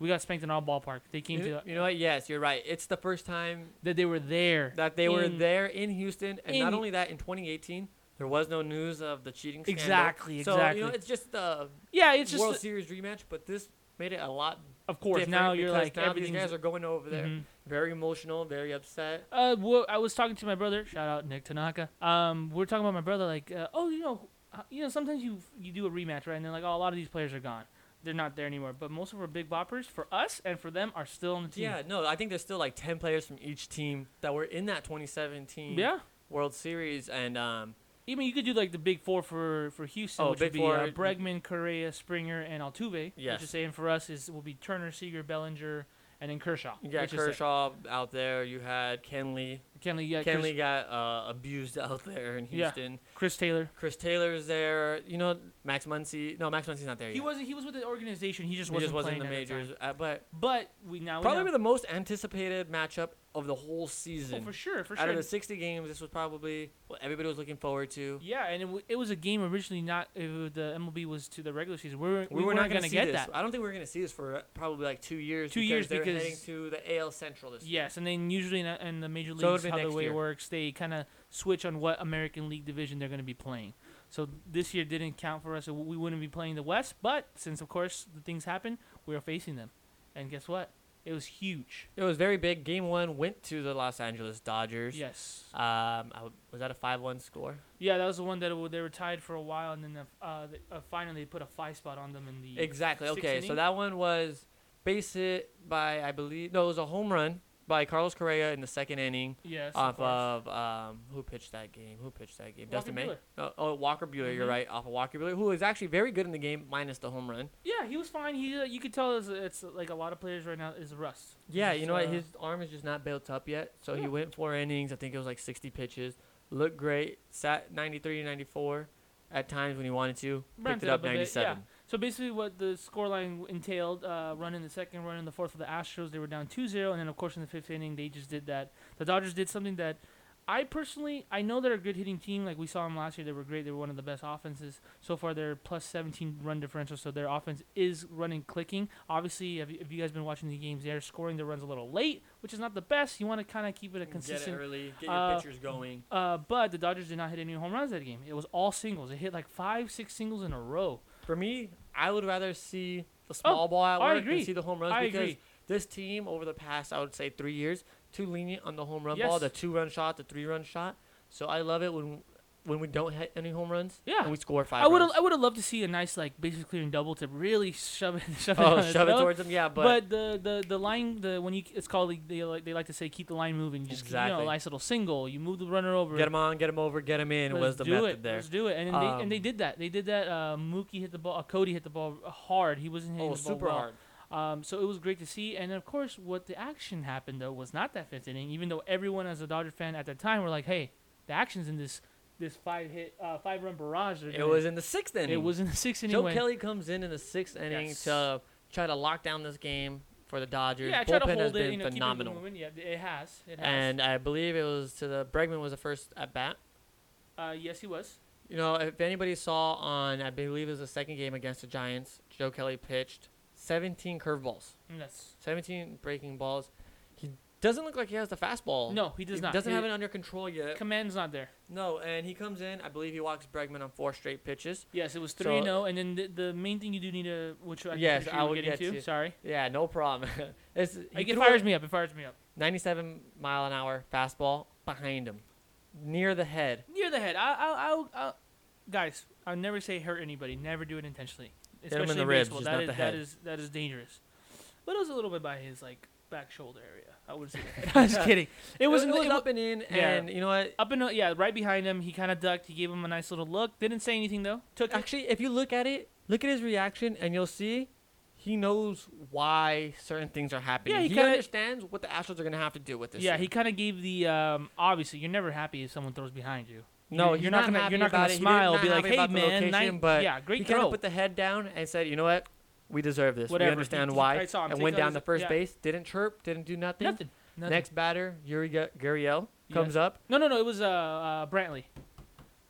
B: we got spanked in all ballpark. They came
C: You,
B: to
C: you know what? Yes, you're right. It's the first time
B: that they were there.
C: that they were
B: in-
C: there in Houston, and
B: in-
C: not only that, in 2018, there was no news of the cheating. Scandal.
B: Exactly,
C: So
B: exactly.
C: you know, it's just the
B: Yeah, it's just
C: World Series rematch, but this made it a lot.
B: of course
C: different
B: now you're
C: because
B: like
C: now these
B: everything's
C: guys are going over there,
B: Mhm.
C: very emotional, very upset.
B: Uh, well, I was talking to my brother. Shout out Nick Tanaka. Um, we are talking about my brother. Like, uh, oh, you know, uh, you know, sometimes you you do a rematch, right? And they're like, oh, a lot of these players are gone. They're not there anymore. But most of our big boppers for us and for them are still on the team.
C: Yeah, no, I think there's still like 10 players from each team that were in that 2017
B: Yeah.
C: World Series, and um,
B: Even you could do like the big four for for Houston,
C: Oh,
B: which
C: big
B: would be
C: four.
B: Uh, Bregman, Correa, Springer, and Altuve.
C: Yes.
B: Which is saying for us is will be Turner, Seager, Bellinger, and then Kershaw.
C: you got
B: which is saying-
C: Kershaw out there. You had Kenley.
B: Kenley, yeah, Chris,
C: Kenley got uh, abused out there in
B: Yeah.
C: Houston.
B: Chris Taylor.
C: Chris Taylor's there. You know, Max Muncy. No, Max Muncy's not there
B: He
C: yet.
B: was he was with the organization. He just
C: He
B: wasn't,
C: just wasn't in
B: playing
C: the
B: at that time.
C: majors, uh, but
B: But we now we
C: probably
B: know.
C: the most anticipated matchup of the whole
B: Oh,
C: season.
B: for sure, for
C: Out
B: sure.
C: of the 60 games, this was probably what everybody was looking forward to.
B: Yeah, and it, w- it was a game originally not it, wa- the MLB was to the regular season. We were,
C: We, were not
B: not
C: going to
B: gonna get
C: this.
B: that.
C: I don't think we are going to see this for uh, probably like two years.
B: Two
C: because
B: years
C: they're
B: because-
C: heading to the AL Central this year.
B: Yes, and then usually in, the- in the major
C: So it would've
B: leagues,
C: been
B: how the
C: next
B: way it
C: year.
B: works, they kind of switch on what American League division they're going to be playing. So this year didn't count for us. So we wouldn't be playing the West, but since of course the things happened, we are facing them, and guess what? It was huge.
C: It was very big. Game one went to the Los Angeles Dodgers.
B: Yes.
C: Um, I w was that a five-one score?
B: Yeah, that was the one that w- they were tied for a while, and then the, uh, the, uh, finally they put a five spot on them in the
C: Exactly.
B: Sixth
C: Okay,
B: inning?
C: so that one was base hit by I believe no, it was a home run by Carlos Correa in the second inning
B: Yes.
C: off
B: course.
C: of um, who pitched that game? Who pitched that game? Dustin May.
B: Walker
C: No, oh, Walker Bueller. You're
B: Mhm.
C: right. Off of Walker Bueller, who is actually very good in the game, minus the home run.
B: yeah, he was fine. He uh, you could tell it's, it's like a lot of players right now is rust.
C: Yeah,
B: He's,
C: you know what?
B: uh,
C: His arm is just not built up yet. So
B: Yeah.
C: he went four innings. I think it was like 60 pitches. Looked great. Sat 93 94 at times when he wanted to.
B: Ramped
C: picked
B: it
C: it
B: up
C: up
B: a bit, yeah.
C: 97.
B: So basically, what the scoreline entailed: uh, run in the second, run in the fourth for the Astros. They were down 2-0, and then of course in the fifth inning, they just did that. The Dodgers did something that I personally, I know they're a good hitting team. Like we saw them last year, they were great. They were one of the best offenses so far. They're plus 17 run differential, so their offense is running clicking. Obviously, if you, if you guys been watching the games, they're scoring their runs a little late, which is not the best. You want to kind of keep it a consistent
C: early. Get
B: your uh,
C: pitchers going.
B: uh, but the Dodgers did not hit any home runs that game. It was all singles. It hit like five, six singles in a row.
C: For me, I would rather see the small ball at
B: Oh, I
C: work
B: agree.
C: and see the home runs
B: I
C: because
B: agree.
C: this team over the past, I would say, three years, too lenient on the home run
B: Yes.
C: ball, the two-run shot, the three-run shot. So I love it when when we don't hit any home runs.
B: Yeah.
C: And we score five.
B: I would
C: runs.
B: I would have loved to see a nice like basic clearing double to really shove it shove it, down
C: Oh,
B: his
C: shove it
B: throat.
C: towards him. Yeah, but,
B: But, the, the the line the when you it's called like, they like they like to say keep the line moving. You just you know a
C: Exactly.
B: nice little single. You move the runner over.
C: get him on, get him over, get him in
B: Let's
C: was the
B: do
C: method
B: it.
C: there.
B: Let's do it. And then they, and they
C: Um,
B: did that. They did that. Uh, Mookie hit the ball. Uh, Cody hit the ball hard. He wasn't hitting
C: Oh,
B: the ball
C: super
B: well.
C: hard.
B: Um, so it was great to see. And of course, what the action happened though was not that fifth inning. Even though everyone as a Dodger fan at that time were like, "Hey, the action's in this this five hit uh, five run barrage." they're
C: It
B: doing."
C: was in the sixth inning.
B: it was in the sixth inning.
C: Joe
B: when-
C: Kelly comes in in the sixth inning
B: Yes.
C: to try to lock down this game for the Dodgers.
B: Yeah, I try to
C: Bullpen
B: hold
C: has
B: it.
C: been
B: You know,
C: phenomenal.
B: Keep it moving. Yeah, it has. It has.
C: And I believe it was to the Bregman was the first at bat.
B: uh, yes, he was.
C: You know, if anybody saw on, I believe it was the second game against the Giants, Joe Kelly pitched 17 curveballs,
B: And that's
C: 17 breaking balls. He doesn't look like he has the fastball.
B: No, he does
C: he
B: not.
C: Doesn't
B: He-
C: have it under control yet.
B: command's not there.
C: no, and he comes in. I believe he walks Bregman on four straight pitches.
B: Yes, it was
C: So-
B: three and zero. And then the, the main thing you do need to, which I
C: Yes,
B: sure
C: I
B: you were
C: will
B: getting
C: get
B: to.
C: to.
B: Sorry,
C: Yeah, no problem. it's, he
B: like, it
C: threw
B: fires
C: a
B: me up. It fires me up
C: 97 mile an hour fastball behind him, near the head.
B: near the head. I, I, I, I guys, I'll never say hurt anybody. Never do it intentionally.
C: him in
B: Especially
C: the
B: in
C: ribs,
B: baseball.
C: just
B: That
C: not
B: is-
C: the
B: that
C: head.
B: is that is dangerous. But it was a little bit by his like back shoulder area. I would say. I'm just kidding. It was,
C: it
B: in the-
C: was
B: it wa-
C: up and in,
B: Yeah.
C: and you know what?
B: up and yeah, right behind him. He kind of ducked. He gave him a nice little look. Didn't say anything though. Took it.
C: Actually, if you look at it, look at his reaction, and you'll see he knows why certain things are happening.
B: Yeah, he
C: he,
B: kinda-
C: understands what the Astros are going to have to do with this.
B: Yeah,
C: year.
B: he kind of gave the um, obviously you're never happy if someone throws behind you.
C: No,
B: you're,
C: he's
B: you're not, gonna
C: happy
B: you're not
C: about
B: gonna
C: it. He did
B: smile
C: not
B: be like,
C: happy
B: hey
C: about
B: man,
C: the location,
B: nice-
C: but
B: yeah,
C: he
B: great
C: kind
B: throw.
C: of put the head down and said, you know what? We deserve this.
B: Whatever.
C: We understand
B: He- he-
C: why.
B: I saw him
C: and
B: take
C: went
B: out
C: down
B: his-
C: to first
B: yeah.
C: base. Didn't chirp. Didn't do nothing.
B: nothing, nothing.
C: Next batter, Yuri Gu- Gurriel comes up.
B: No, no, no. It was uh, uh Brantley.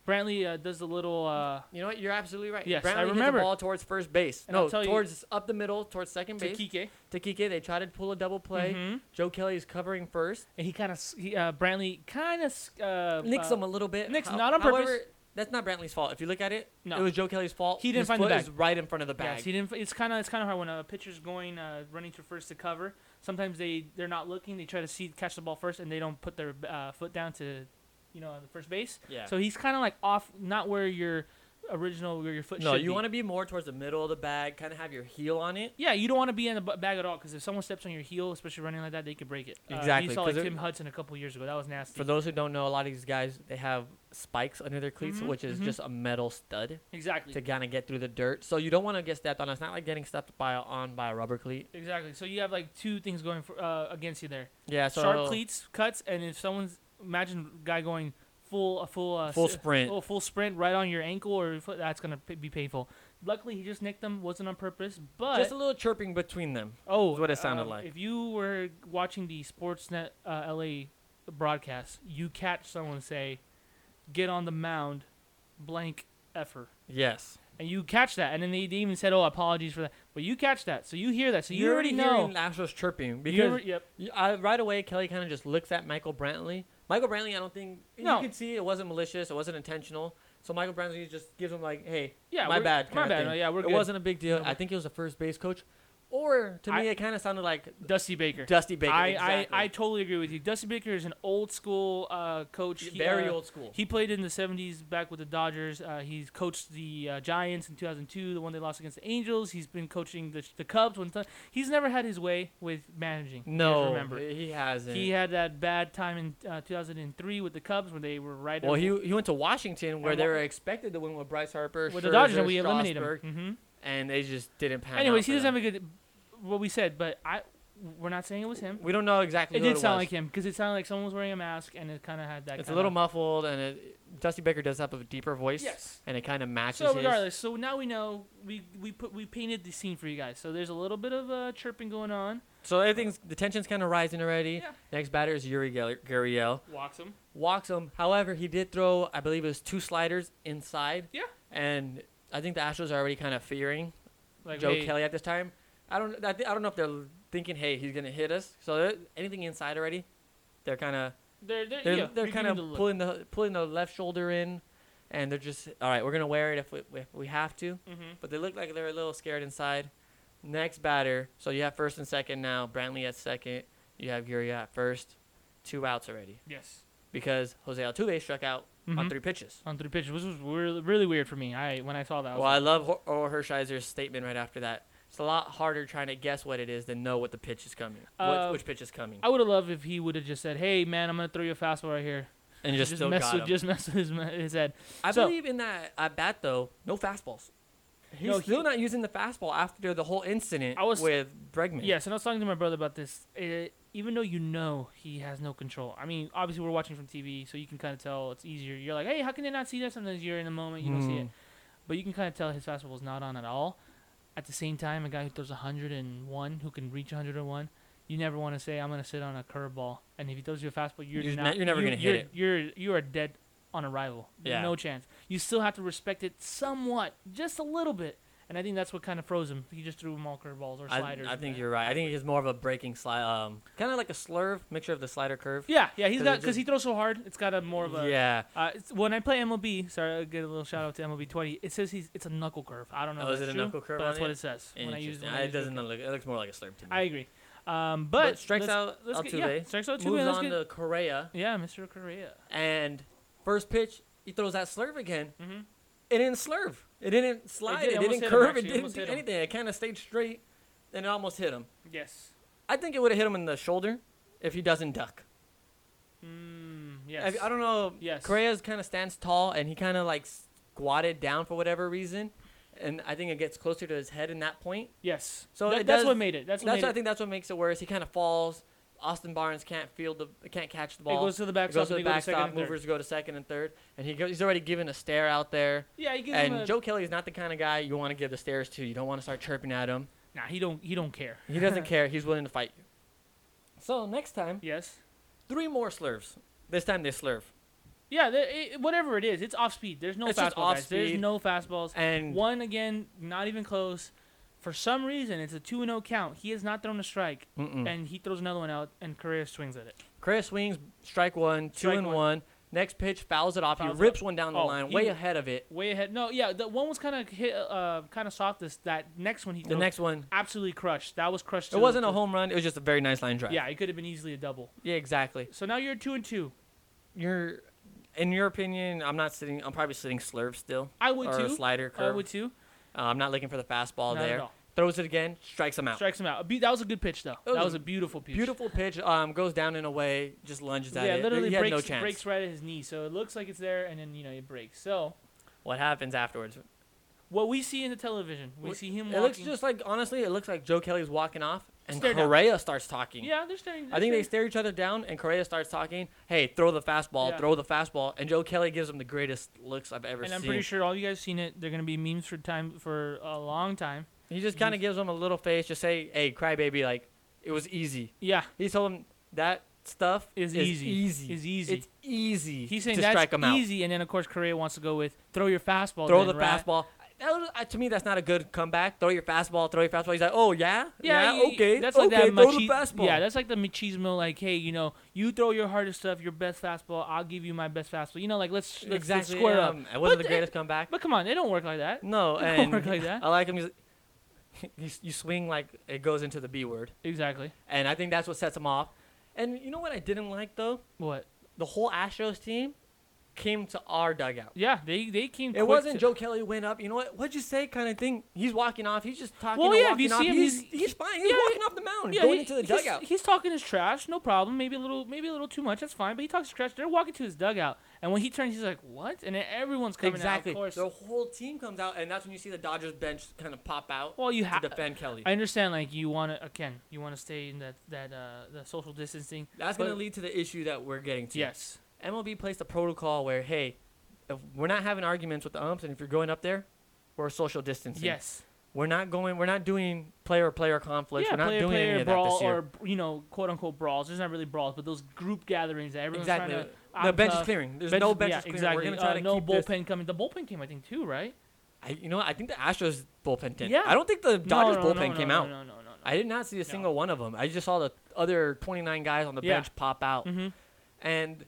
B: Brantley uh, does the little uh,
C: You know what? You're absolutely right.
B: Yes, I
C: Brantley hit
B: remember.
C: the ball towards first base.
B: And I'll
C: no,
B: tell you-
C: towards up the middle, towards second
B: to
C: base.
B: Kike,
C: Takike, they tried to pull a double play.
B: Mhm.
C: Joe Kelly is covering first.
B: and he kind of he, uh, Brantley kind of uh,
C: Nicks
B: uh,
C: him a little bit.
B: nicks-
C: How-
B: not on purpose.
C: However, that's not Brantley's fault. If you look at it,
B: No.
C: it was Joe Kelly's fault.
B: He didn't
C: His
B: find the
C: foot
B: bag.
C: is right in front of the bag.
B: Yes, he didn't. It's kind of it's kind of hard when a pitcher's going uh, running to first to cover. Sometimes they they're not looking. They try to see catch the ball first, and they don't put their uh, foot down to, you know, the first base.
C: Yeah.
B: So he's kind of like off, not where your original where your foot.
C: no,
B: should
C: you
B: be.
C: want to be more towards the middle of the bag, kind of have your heel on it.
B: Yeah, you don't want to be in the b- bag at all because if someone steps on your heel, especially running like that, they could break it. Uh,
C: Exactly,
B: you saw like
C: 'cause it-
B: Tim Hudson a couple years ago. That was nasty.
C: For those who don't know, a lot of these guys they have spikes under their cleats,
B: Mhm,
C: which is
B: mhm.
C: just a metal stud
B: exactly.
C: to kind of get through the dirt. So you don't want to get stepped on. It's not like getting stepped by on by a rubber cleat.
B: Exactly. So you have like two things going for, uh, against you there:
C: Yeah, so
B: sharp cleats, cuts, and if someone's imagine guy going full a full uh,
C: full
B: s-
C: sprint.
B: Oh, full sprint right on your ankle or your foot. That's gonna p- be painful. Luckily, he just nicked them. Wasn't on purpose, but
C: Just a little chirping between them.
B: oh,
C: is what it sounded
B: um,
C: like.
B: If you were watching the Sportsnet uh, LA broadcast, you catch someone say, "Get on the mound, blank effer."
C: Yes.
B: And you catch that, and then they, they even said, "Oh, apologies for that." But you catch that, so you hear that, so you
C: You're
B: already know.
C: hearing the Astros chirping
B: You
C: because
B: alre- yep.
C: y- I, right away Kelly kind of just looks at Michael Brantley. Michael Brantley, I don't think
B: No.
C: you can see it wasn't malicious. It wasn't intentional. So Michael Brantley just gives him like, "Hey,
B: Yeah,
C: my
B: we're-
C: bad,
B: my
C: kinda
B: bad.
C: thing.
B: Yeah, we're
C: it
B: good.
C: wasn't a big deal.
B: No,
C: I
B: but-
C: think it was the first base coach, Or to
B: I-
C: me, it kind of sounded like
B: Dusty Baker.
C: Dusty Baker.
B: I,
C: exactly.
B: I, I totally agree with you. Dusty Baker is an old school uh, coach. He,
C: very
B: uh,
C: old school.
B: He played in the 70s back with the Dodgers. Uh, he's coached the uh, Giants in 2002, the one they lost against the Angels. He's been coaching the, the Cubs. One time. He's never had his way with managing. if you guys
C: no,
B: Remember.
C: he hasn't.
B: He had that bad time in uh, 2003 with the Cubs when they were right
C: well,
B: up
C: he, he went to Washington where
B: And
C: they
B: Wa-
C: were expected to win with Bryce Harper.
B: with the Dodgers
C: Scherzer,
B: and we eliminated
C: Strasburg,
B: him. hmm
C: and they just didn't pan. out
B: Anyways,
C: for
B: he doesn't
C: them.
B: have a good. What we said, but I we're not saying it was him.
C: We don't know exactly.
B: It
C: who
B: did sound
C: was.
B: like him because it sounded like someone was wearing a mask and it kind of had that.
C: It's a
B: kinda-
C: little muffled, and it, Dusty Baker does have a deeper voice.
B: Yes.
C: And it kind of matches.
B: So
C: his.
B: regardless, so now we know we we put we painted the scene for you guys. So there's a little bit of uh, chirping going on.
C: So everything's the tension's kind of rising already.
B: Yeah.
C: Next batter is Yuri Gel- Gurriel.
B: Walks him.
C: Walks him. However, he did throw, I believe it was two sliders inside.
B: Yeah.
C: And I think the Astros are already kind of fearing
B: Like
C: Joe
B: hey,
C: Kelly at this time. I don't. I, thi- I don't know if they're thinking, hey, he's gonna hit us. So they're- anything inside already, they're kind of
B: They're they're,
C: they're
B: yeah,
C: they're
B: you're
C: kind of
B: giving the look.
C: pulling the pulling the left shoulder in, and they're just all right. We're gonna wear it if we if we have to.
B: Mhm.
C: But they look like they're a little scared inside. Next batter, so you have first and second now. Brantley at second. You have Gurria at first. Two outs already
B: Yes.
C: because Jose Altuve struck out on
B: Mhm.
C: three pitches.
B: On three pitches, which was really, really weird for me. I when I saw that, I was
C: Well, I love Hor- Oral Hershiser's statement right after that. It's a lot harder trying to guess what it is than know what the pitch is coming.
B: Uh,
C: what, which pitch is coming?
B: I would have loved if he would have just said, "Hey, man, I'm gonna throw you a fastball right here."
C: and just, still
B: mess
C: got
B: with,
C: him.
B: just mess with his, ma- his head.
C: I
B: so-
C: believe in that at bat though. No fastballs. He's
B: No, he-
C: still not using the fastball after the whole incident
B: I was-
C: with Bregman.
B: Yes, and I was talking to my brother about this. Uh even though you know he has no control, I mean, obviously we're watching from TV, so you can kind of tell it's easier. You're like, hey, how can they not see that? Sometimes you're in the moment, you don't see it,
C: Mm.
B: but you can kind of tell his fastball is not on at all. At the same time, a guy who throws 101, who can reach 101, you never want to say, I'm going to sit on a curveball. And if he throws you a fastball, you're,
C: You're
B: not,
C: not- you're never gonna hit
B: you're-
C: it.
B: You're you are dead on arrival.
C: Yeah.
B: no chance. You still have to respect it somewhat, just a little bit. And I think that's what kind of froze him. He just threw him all curveballs or
C: I,
B: sliders.
C: I
B: and
C: think
B: that.
C: you're right. I think it's more of a breaking slide, um, kind of like a slurve mixture of the slider curve.
B: Yeah, yeah, he's
C: 'Cause
B: got
C: it
B: because he throws so hard. It's got a more of a.
C: yeah.
B: Uh, it's, when I play MLB, sorry, I'll get a little shout out to MLB 20. It says he's it's a knuckle curve. I don't know.
C: Oh,
B: if
C: is it
B: that's
C: a
B: true,
C: knuckle curve
B: But that's
C: on
B: what
C: it?
B: it says. When I
C: Interesting.
B: use, when
C: I-
B: I
C: it
B: use
C: doesn't
B: knuckle-
C: look. It looks more like a slurve to me.
B: I agree. Um, but,
C: strikes
B: let's-
C: out
B: let's get- yeah,
C: Altuve,
B: strikes out Altuve.
C: moves
B: Let's
C: on
B: get,
C: to Correa
B: yeah, Mr. Correa.
C: and first pitch he throws that slurve again.
B: Mhm.
C: It didn't slurve. It didn't slide.
B: did.
C: It,
B: It almost
C: didn't
B: hit him,
C: curve.
B: actually. It
C: It didn't
B: almost
C: do
B: hit him.
C: anything. It kind of stayed straight, and it almost hit him.
B: Yes.
C: I think it would have hit him in the shoulder if he doesn't duck.
B: Mm,
C: I-
B: yes.
C: I, don't know.
B: Yes.
C: Correa kind of stands tall, and he kind of like squatted down for whatever reason, and I think it gets closer to his head in that point.
B: yes.
C: So
B: That-
C: it
B: that's
C: does-
B: what made it. That's what
C: That's
B: made
C: what I
B: it.
C: think. That's what makes it worse. He kind of falls. Austin Barnes can't field the can't catch the ball.
B: It goes to the
C: It
B: backstop.
C: goes to the
B: they go second
C: backstop.
B: and third.
C: Movers go to second and third, and he goes, he's already given a stare out there.
B: Yeah, he gives him a,
C: And Joe Kelly is not the kind of guy you want to give the stares to. You don't want to start chirping at him.
B: Nah, he don't. He don't care.
C: He doesn't care. He's willing to fight you. So next time,
B: Yes.
C: three more slurves. This time they slurve.
B: Yeah, the, it, whatever it is, it's off speed. There's no
C: It's
B: fastballs.
C: just off
B: guys. There's
C: speed.
B: no fastballs.
C: And
B: one again, not even close. For some reason, it's a two and zero count. He has not thrown a strike,
C: Mm-mm.
B: and he throws another one out, and Correa swings at it.
C: Chris swings, strike one, two
B: Strike
C: and
B: one.
C: one. Next pitch fouls it off.
B: Fouls it
C: he rips one down the
B: Oh,
C: line,
B: he-
C: way ahead of it.
B: Way ahead. No, yeah, the one was kind of hit, uh, kind of soft. This that next one he
C: The
B: throws,
C: next one,
B: absolutely crushed. That was crushed.
C: it
B: to-
C: wasn't
B: to-
C: a home run. It was just a very nice line drive.
B: Yeah, it could have been easily a double.
C: yeah, exactly.
B: So now you're two and two.
C: You're, in your opinion, I'm not sitting. I'm probably sitting slurve still.
B: I would
C: or a
B: too.
C: slider
B: I
C: curve.
B: would too.
C: Uh, I'm not looking for the fastball
B: Not at
C: there.
B: all.
C: Throws it again, strikes him out.
B: Strikes him out. A be- that was a good pitch though.
C: was
B: that was
C: a
B: a beautiful pitch.
C: Beautiful pitch. Um, goes down in a way, just lunges at
B: Yeah,
C: it.
B: literally
C: he had
B: breaks
C: no chance.
B: breaks right at his knee. So it looks like it's there, and then you know it breaks. So
C: What happens afterwards?
B: what we see in the television, we
C: What-
B: see him.
C: It
B: Walking.
C: looks just like honestly, it looks like Joe Kelly's walking off, and
B: Stare down.
C: Correa starts talking.
B: Yeah, they're staring.
C: I think
B: they're
C: they stare each other down, and Correa starts talking. Hey, throw the fastball,
B: Yeah.
C: throw the fastball, and Joe Kelly gives him the greatest looks I've ever
B: and
C: seen.
B: I'm pretty sure all you guys seen it. They're gonna be memes for time for a long time.
C: he just kind of gives him a little face, just say, "Hey, crybaby, like it was easy."
B: Yeah,
C: He told him that stuff
B: Is easy.
C: Easy.
B: Is easy.
C: It's easy.
B: he's saying
C: to
B: that's
C: strike him out.
B: easy, and then of course Correa wants to go with throw your fastball.
C: throw
B: then,
C: the
B: rat."
C: fastball. That was, uh, to me, that's not a good comeback. Throw your fastball. Throw your fastball. He's like, oh yeah,
B: Yeah, you-
C: okay,
B: That's
C: okay.
B: like that
C: throw
B: machi-
C: the fastball.
B: Yeah, that's like the machismo. Like, hey, you know, you throw your hardest stuff, your best fastball. I'll give you my best fastball. You know, like let's, let's- let's
C: exactly.
B: square
C: um,
B: up.
C: It wasn't
B: But
C: the
B: th-
C: greatest comeback.
B: But come on, they don't work like that.
C: No,
B: It don't
C: and
B: work like that.
C: I like him. He's like, you, s- you swing like it goes into the B word,
B: Exactly.
C: and I think that's what sets him off. And you know what I didn't like though?
B: What?
C: The whole Astros team came to our dugout.
B: Yeah, they they came.
C: It
B: quick
C: wasn't
B: to-
C: Joe Kelly went up. You know what? What'd you say? Kind of thing. He's walking off. He's just talking.
B: Well,
C: and
B: yeah, if
C: walking
B: you see
C: off.
B: him,
C: he's,
B: he's-
C: he's fine. He's
B: yeah,
C: walking off the mound,
B: Yeah,
C: going
B: he-
C: into the
B: he's-
C: dugout.
B: He's, talking his trash, no problem. Maybe a little, maybe a little too much. That's fine. But he talks his trash. They're walking to his dugout, and when he turns, he's like, "What?" And then everyone's coming
C: exactly.
B: out. Of
C: The
B: course.
C: whole team comes out, and that's when you see the Dodgers bench kind of pop out.
B: Well, you
C: to
B: ha-
C: defend Kelly.
B: I understand, like you want to again, you want to stay in that that uh, the social distancing.
C: that's going to
B: but-
C: lead to the issue that we're getting to.
B: Yes.
C: MLB placed a protocol where, hey, if we're not having arguments with the umps, and if you're going up there, we're social distancing.
B: Yes.
C: We're not going. We're not doing player-player conflicts.
B: yeah,
C: we're not
B: player,
C: doing
B: player
C: any of that
B: brawl
C: this year.
B: or you know, quote unquote brawls. There's not really brawls, but those group gatherings that everyone's
C: exactly.
B: trying to.
C: the
B: I'm
C: bench is
B: tough.
C: clearing. There's no bench
B: yeah,
C: is clearing.
B: Exactly.
C: We're going to try
B: uh,
C: to
B: no
C: keep this-
B: bullpen coming. The bullpen came, I think, too, right?
C: I, you know, what? I think the Astros bullpen did.
B: Yeah.
C: I don't think the
B: No,
C: Dodgers
B: no, no,
C: bullpen
B: no,
C: came
B: no,
C: out.
B: No, no, no, no.
C: I did not see a single one of them. I just saw the other 29 guys on the
B: Yeah.
C: bench pop out.
B: Mhm.
C: And,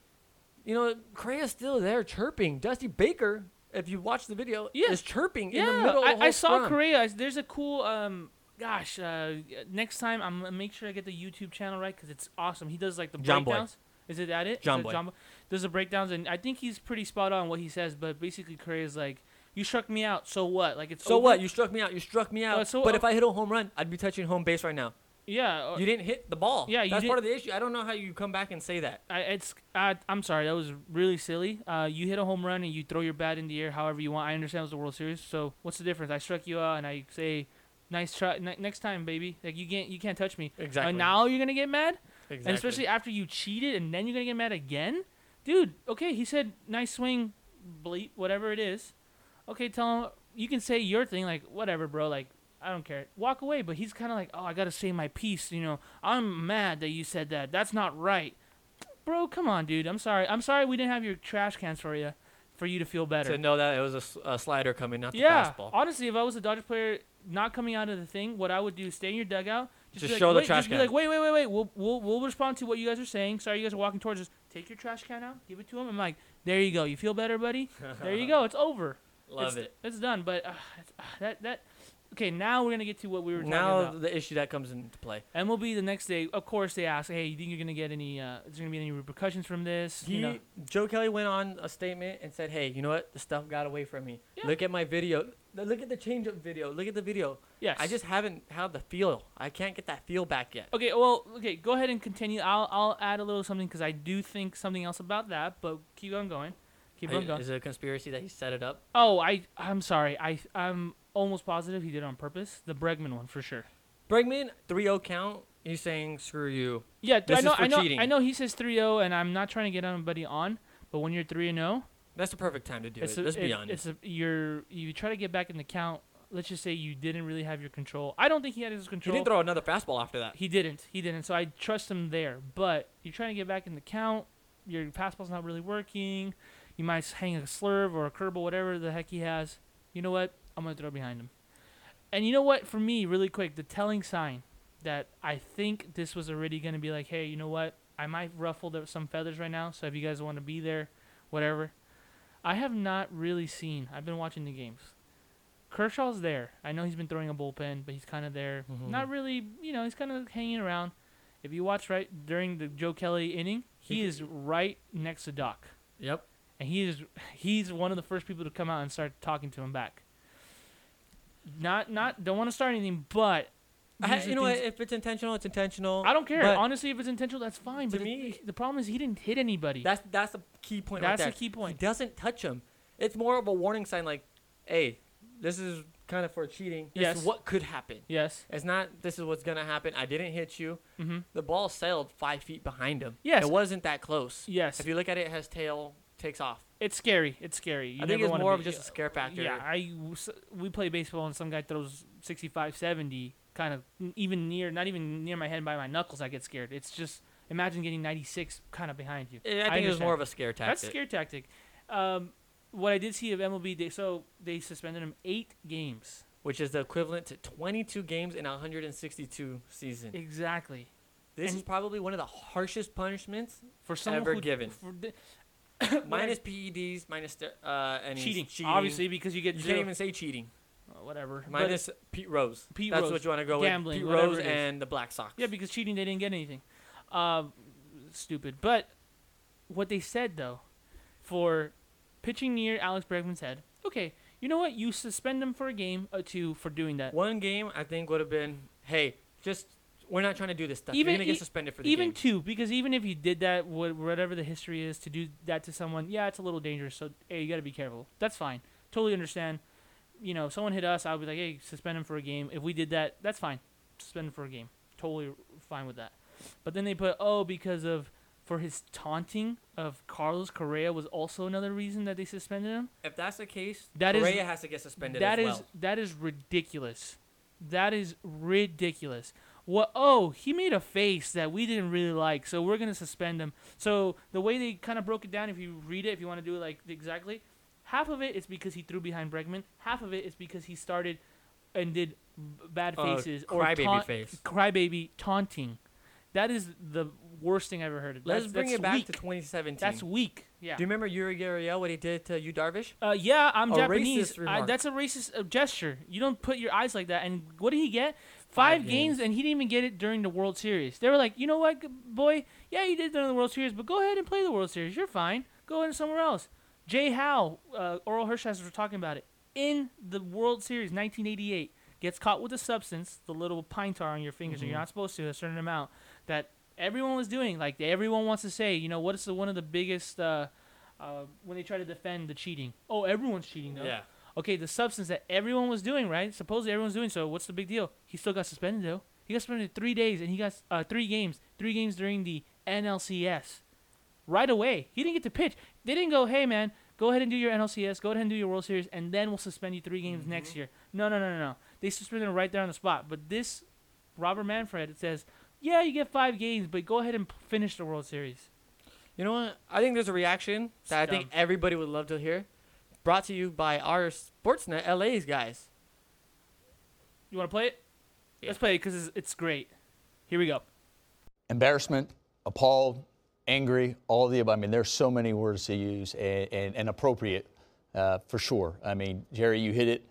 C: you know, Crea's still there chirping. Dusty Baker, if you watch the video,
B: Yeah.
C: is chirping
B: yeah,
C: in the middle
B: I,
C: of the
B: I
C: whole
B: saw
C: scrum.
B: Korea. I- There's a cool. Um, gosh, uh, next time I'm gonna make sure I get the YouTube channel right because it's awesome. He does like the
C: John Boy.
B: breakdowns. Is it that it? Is
C: John
B: it
C: Boy.
B: Boy? Does the breakdowns, and I think he's pretty spot on what he says. But basically, Korea's like, "You struck me out. So what? Like it's
C: So
B: over.
C: what? You struck me out. You struck me out.
B: Uh, so,
C: but
B: uh,
C: if I hit a home run, I'd be touching home base right now.
B: yeah. uh, or-
C: You didn't hit the ball.
B: Yeah, you
C: That's
B: did-
C: part of the issue. I don't know how you come back and say that.
B: I, it's I, I'm sorry that was really silly. Uh, you hit a home run and you throw your bat in the air however you want. I understand it was the World Series, so what's the difference? I struck you out and I say, "Nice try, n- next time, baby." Like you can't you can't touch me.
C: Exactly.
B: And now you're gonna get mad,
C: Exactly.
B: and especially after you cheated, and then you're gonna get mad again, dude. Okay, he said nice swing, bleep whatever it is. Okay, tell him you can say your thing like whatever, bro. Like I don't care. Walk away. But he's kind of like, oh, I gotta say my piece. You know, I'm mad that you said that. That's not right, bro. Come on, dude. I'm sorry. I'm sorry we didn't have your trash cans for you, for you to feel better.
C: to know that it was a s- a, slider coming, not the
B: yeah.
C: fastball.
B: Honestly, if I was a Dodger player, not coming out of the thing, what I would do is stay in your dugout.
C: Just
B: be like,
C: show the
B: wait,
C: trash
B: just
C: can.
B: Be like, wait, wait, wait, wait. We'll, we'll we'll respond to what you guys are saying. Sorry, you guys are walking towards us. Take your trash can out. Give it to him. I'm like, there you go. You feel better, buddy. There you go. It's over. it's,
C: Love it.
B: It's done. But uh, it's- uh, that that. Okay, now we're gonna get to what we were talking
C: Now
B: about.
C: the issue that comes into play.
B: MLB the next day, of course, they ask, "Hey, you think you're gonna get any? Uh, is there gonna be any repercussions from this?"
C: He,
B: you know,
C: Joe Kelly went on a statement and said, "Hey, you know what? The stuff got away from me.
B: Yeah.
C: Look at my video. L- Look at the change up video. Look at the video.
B: yes.
C: I just haven't had the feel. I can't get that feel back yet."
B: okay. Well, okay. Go ahead and continue. I'll I'll add a little something because I do think something else about that. But keep on going. Keep on
C: Is
B: going.
C: is it a conspiracy that he set it up?
B: Oh, I I'm sorry. I I'm almost positive he did it on purpose. The Bregman one for sure.
C: Bregman 3-0 count. He's saying, "Screw you."
B: Yeah, th-
C: This
B: I
C: is
B: know.
C: for
B: I know.
C: cheating.
B: I know he says 3-0, and I'm not trying to get anybody on. But when you're three and zero,
C: That's the perfect time to do
B: it's
C: it.
B: a-
C: Let's be
B: it's- It's
C: honest.
B: a, you're you try to get back in the count. Let's just say you didn't really have your control. I don't think he had his
C: he
B: control.
C: didn't throw another fastball after that.
B: He didn't. He didn't. So I trust him there. But you're trying to get back in the count. Your fastball's not really working. You might s- hang a slurve or a curve or whatever the heck he has. You know what? I'm gonna throw behind him. And you know what? For me, really quick, the telling sign that I think this was already gonna be like, hey, you know what? I might ruffle the, some feathers right now. So if you guys want to be there, whatever. I have not really seen. I've been watching the games. Kershaw's there. I know he's been throwing a bullpen, but he's kind of there.
C: Mm-hmm.
B: Not really, you know, he's kind of hanging around. If you watch right during the Joe Kelly inning, he is right next to Doc,
C: Yep.
B: and he is he's one of the first people to come out and start talking to him back. Not not don't want to start anything, but
C: I,
B: these are
C: you know what?
B: things-
C: If it's intentional, it's intentional.
B: I don't care.
C: But
B: Honestly, if it's intentional, that's fine.
C: to
B: But the-
C: me-
B: the problem is he didn't hit anybody.
C: That's that's a key point. right
B: That's a
C: there.
B: key point.
C: He doesn't touch him. It's more of a warning sign, like, "Hey, this is kind of for cheating. This
B: Yes.
C: is what could happen.
B: yes.
C: It's not. This is what's gonna happen. I didn't hit you.
B: Mhm.
C: The ball sailed five feet behind him.
B: Yes.
C: it wasn't that close.
B: Yes.
C: If you look at it, his tail takes off.
B: It's scary. It's scary. You
C: I think
B: never
C: it's
B: wanna
C: more
B: be-
C: of just a scare factor.
B: Yeah, I s- we play baseball and some guy throws 65, 70, kind of n- even near, not even near my head by my knuckles. I get scared. It's just imagine getting 96 kind of behind you.
C: Eh, I think it was
B: understand.
C: more of a scare tactic.
B: That's a scare tactic. Um, what I did see of MLB, they, so they suspended him eight games.
C: Which is the equivalent to 22 games in a 162 season.
B: Exactly.
C: this
B: and-
C: is probably one of the harshest punishments,
B: For someone
C: Ever
B: who,
C: given.
B: For the,
C: minus PEDs, minus uh, and he's
B: cheating, obviously, because you get
C: You
B: zero.
C: can't even say cheating.
B: uh, whatever. But-
C: Minus Pete Rose.
B: Pete
C: That's
B: Rose.
C: what you want to go
B: Gambling,
C: with. Pete
B: whatever
C: Rose
B: it is.
C: and the Black Sox.
B: yeah, because cheating, they didn't get anything. Um, stupid. But what they said though, for pitching near Alex Bregman's head, okay, you know what? You suspend him for a game or two for doing that.
C: One game I think would have been, hey, just we're not trying to do this stuff.
B: Even
C: You're gonna get
B: e-
C: suspended for the
B: Even
C: game.
B: two, because even if you did that, wha- whatever the history is, to do that to someone, yeah, it's a little dangerous. So hey, you got to be careful. That's fine. Totally understand. You know, if someone hit us, I would be like, hey, suspend him for a game. If we did that, that's fine. Suspend him for a game. Totally fine with that. But then they put oh because of for his taunting of Carlos Correa was also another reason that they suspended him.
C: if that's the case,
B: That is-
C: Correa has to get suspended
B: That
C: as
B: is
C: well.
B: that is ridiculous. That is ridiculous. What? Oh, he made a face that we didn't really like, so we're gonna suspend him. So the way they kind of broke it down, if you read it, if you want to do it like exactly, half of it is because he threw behind Bregman. Half of it is because he started and did b- bad
C: Uh,
B: faces or
C: crybaby
B: taunt-
C: face.
B: crybaby taunting. That is the worst thing I've ever heard. That's-
C: Let's bring
B: that's
C: it back
B: weak.
C: to 2017.
B: That's weak. Yeah.
C: do you remember Yuri Gurriel what he did to you Darvish?
B: Uh, yeah, I'm
C: A
B: Japanese.
C: racist
B: I,
C: remark.
B: that's a racist uh, gesture. You don't put your eyes like that. And what did he get? Five,
C: Five
B: games,
C: games.
B: and he didn't even get it during the World Series. They were like, you know what, g- boy? Yeah, you did during the World Series, but go ahead and play the World Series. You're fine. Go in somewhere else. Jay Howe, uh, Oral Hershiser were talking about it in the World Series, 1988. Gets caught with a substance, the little pine tar on your fingers,
C: Mm-hmm.
B: and you're not supposed to a certain amount that everyone was doing. Like everyone wants to say, you know, what is the one of the biggest uh, uh, when they try to defend the cheating? Oh, everyone's cheating though.
C: Yeah.
B: Okay, the substance that everyone was doing, right? Supposedly everyone's doing. So what's the big deal? He still got suspended though. He got suspended three days, and he got uh, three games, three games during the NLCS. Right away, he didn't get to pitch. They didn't go, hey man, go ahead and do your NLCS, go ahead and do your World Series, and then we'll suspend you three games next year. No, no, no, no, no. They suspended him right there on the spot. But this Robert Manfred it says, yeah, you get five games, but go ahead and p- finish the World Series.
C: You know what? I think there's a reaction that I think
B: Stump.
C: everybody would love to hear. Brought to you by our Sportsnet LA's guys.
B: You want to play it? Let's play it because it's, it's great. Here we go.
D: embarrassment, appalled, angry, all the above. I mean, there's so many words to use and, and, and appropriate uh, for sure. I mean, Jerry, you hit it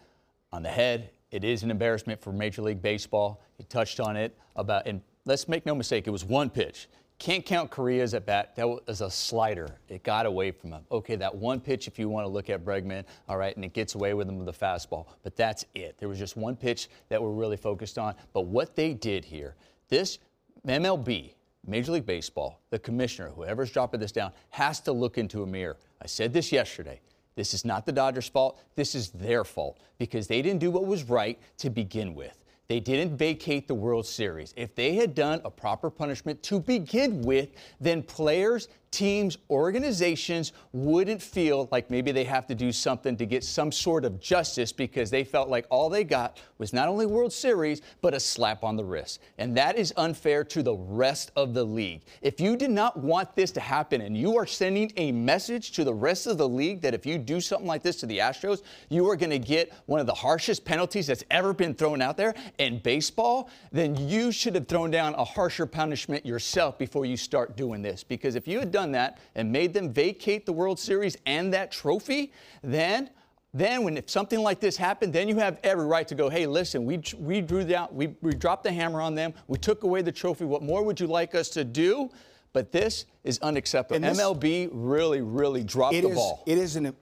D: on the head. It is an embarrassment for Major League Baseball. You touched on it about, and let's make no mistake, it was one pitch. Can't count Korea's at bat. That was a slider. It got away from him. Okay, that one pitch, if you want to look at Bregman, all right, and it gets away with him with the fastball. But that's it. There was just one pitch that we're really focused on. But what they did here, this MLB, Major League Baseball, the commissioner, whoever's dropping this down, has to look into a mirror. I said this yesterday. This is not the Dodgers' fault. This is their fault because they didn't do what was right to begin with. They didn't vacate the World Series. If they had done a proper punishment to begin with, then players, teams, organizations wouldn't feel like maybe they have to do something to get some sort of justice because they felt like all they got was not only World Series, but a slap on the wrist. And that is unfair to the rest of the league. If you did not want this to happen and you are sending a message to the rest of the league that if you do something like this to the Astros, you are going to get one of the harshest penalties that's ever been thrown out there in baseball, then you should have thrown down a harsher punishment yourself before you start doing this. Because if you had done that and made them vacate the World Series and that trophy, then then when if something like this happened, then you have every right to go, hey, listen, we, we drew down, we, we dropped the hammer on them, we took away the trophy. What more would you like us to do? But this is unacceptable.
E: And this-
D: MLB really, really dropped
E: It
D: the
E: is-
D: ball.
E: It is an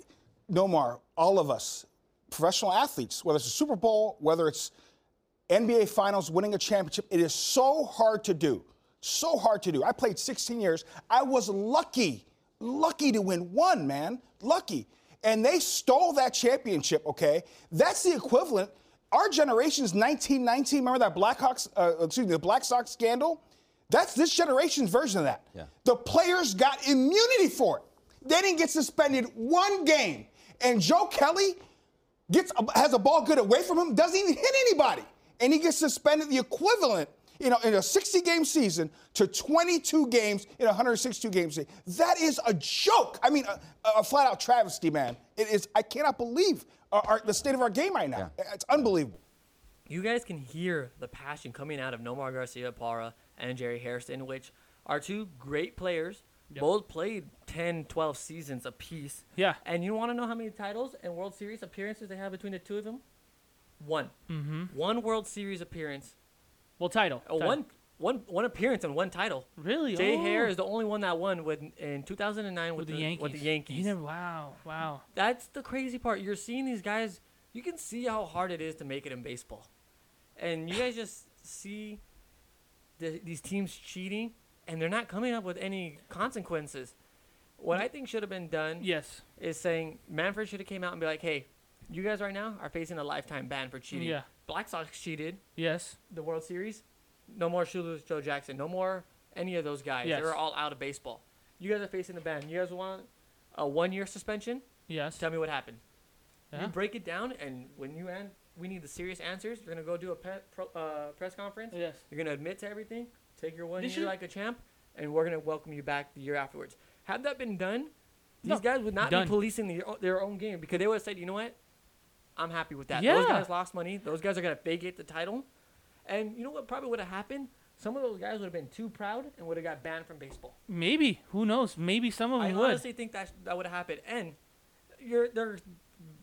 E: Nomar. All of us, professional athletes, whether it's a Super Bowl, whether it's NBA Finals, winning a championship, it is so hard to do. So hard to do. I played 16 years. I was lucky, lucky to win one, man, lucky. And they stole that championship. Okay, that's the equivalent. Our generation's 1919. Remember that Blackhawks, uh, excuse me, the Black Sox scandal. That's this generation's version of that.
D: Yeah.
E: The players got immunity for it. They didn't get suspended one game. And Joe Kelly gets has a ball good away from him, doesn't even hit anybody, and he gets suspended the equivalent, you know, in a 60 game season to 22 games in a 162 game season. That is a joke. I mean, a, a flat out travesty, man. It is. I cannot believe uh, our, our- the state of our game right now. It's unbelievable.
C: you guys can hear the passion coming out of Nomar Garcia Parra and Jerry Harrison, which are two great players. Both played 10, 12 seasons apiece.
B: Yeah.
C: And you want to know how many titles and World Series appearances they have between the two of them? One. Mm-hmm. One World Series appearance.
B: Well, title.
C: Uh,
B: title.
C: one, one, one appearance and one title.
B: Really?
C: Jay
B: oh.
C: Hair is the only one that won with, in 2009 with,
B: with the Yankees.
C: With the
B: You
C: Yankees.
B: never, wow, wow.
C: That's the crazy part. You're seeing these guys. You can see how hard it is to make it in baseball, and you guys just see the, these teams cheating, and they're not coming up with any consequences. What I think should have been done
B: Yes.
C: is saying Manfred should have came out and be like, "Hey, you guys right now are facing a lifetime ban for cheating.
B: Yeah.
C: Black Sox cheated
B: Yes.
C: the World Series. No more Shoeless Joe Jackson. No more any of those guys.
B: Yes.
C: They're all out of baseball. You guys are facing a ban. You guys want a one-year suspension?
B: Yes.
C: Tell me what happened.
B: Yeah.
C: You break it down, and when you end, we need the serious answers. You're gonna go do a pe- pro, uh, press conference.
B: Yes.
C: You're gonna admit to everything. Take your one
B: They
C: year
B: should-
C: like a champ, and we're gonna welcome you back the year afterwards. Had that been done, these
B: No,
C: guys would not
B: done.
C: be policing the, their own game because they would have said, you know what, I'm happy with that.
B: Yeah.
C: Those guys lost money. Those guys are gonna vacate the title, and you know what probably would have happened. Some of those guys would have been too proud and would have got banned from baseball.
B: Maybe. Who knows? Maybe some of
C: I
B: them would.
C: honestly think that that would have happened. And your their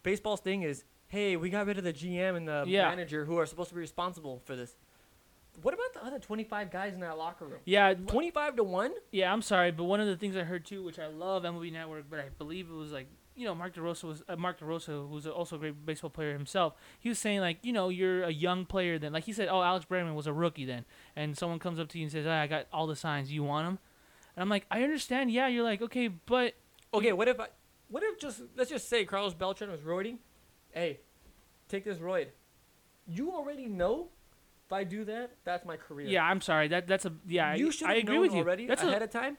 C: baseball's thing is, hey, we got rid of the GM and the
B: Yeah.
C: manager who are supposed to be responsible for this. What about the other 25 guys in that locker room?
B: yeah.
C: 25 to 1?
B: Yeah, I'm sorry, but one of the things I heard too, which I love MLB Network, but I believe it was like you know Mark DeRosa was uh, Mark DeRosa, who's also a great baseball player himself. He was saying like you know you're a young player then, like he said, oh Alex Bregman was a rookie then, and someone comes up to you and says, "Ah, I got all the signs, you want him? And I'm like, I understand, yeah. You're like, okay, but
C: Okay, what if I, what if just let's just say Carlos Beltran was roiding? Hey, take this roid. You already know if I do that, that's my career.
B: yeah, I'm sorry, that that's a yeah, I,
C: you should
B: I
C: have
B: agree
C: known
B: with you.
C: already
B: that's
C: ahead
B: a,
C: of time.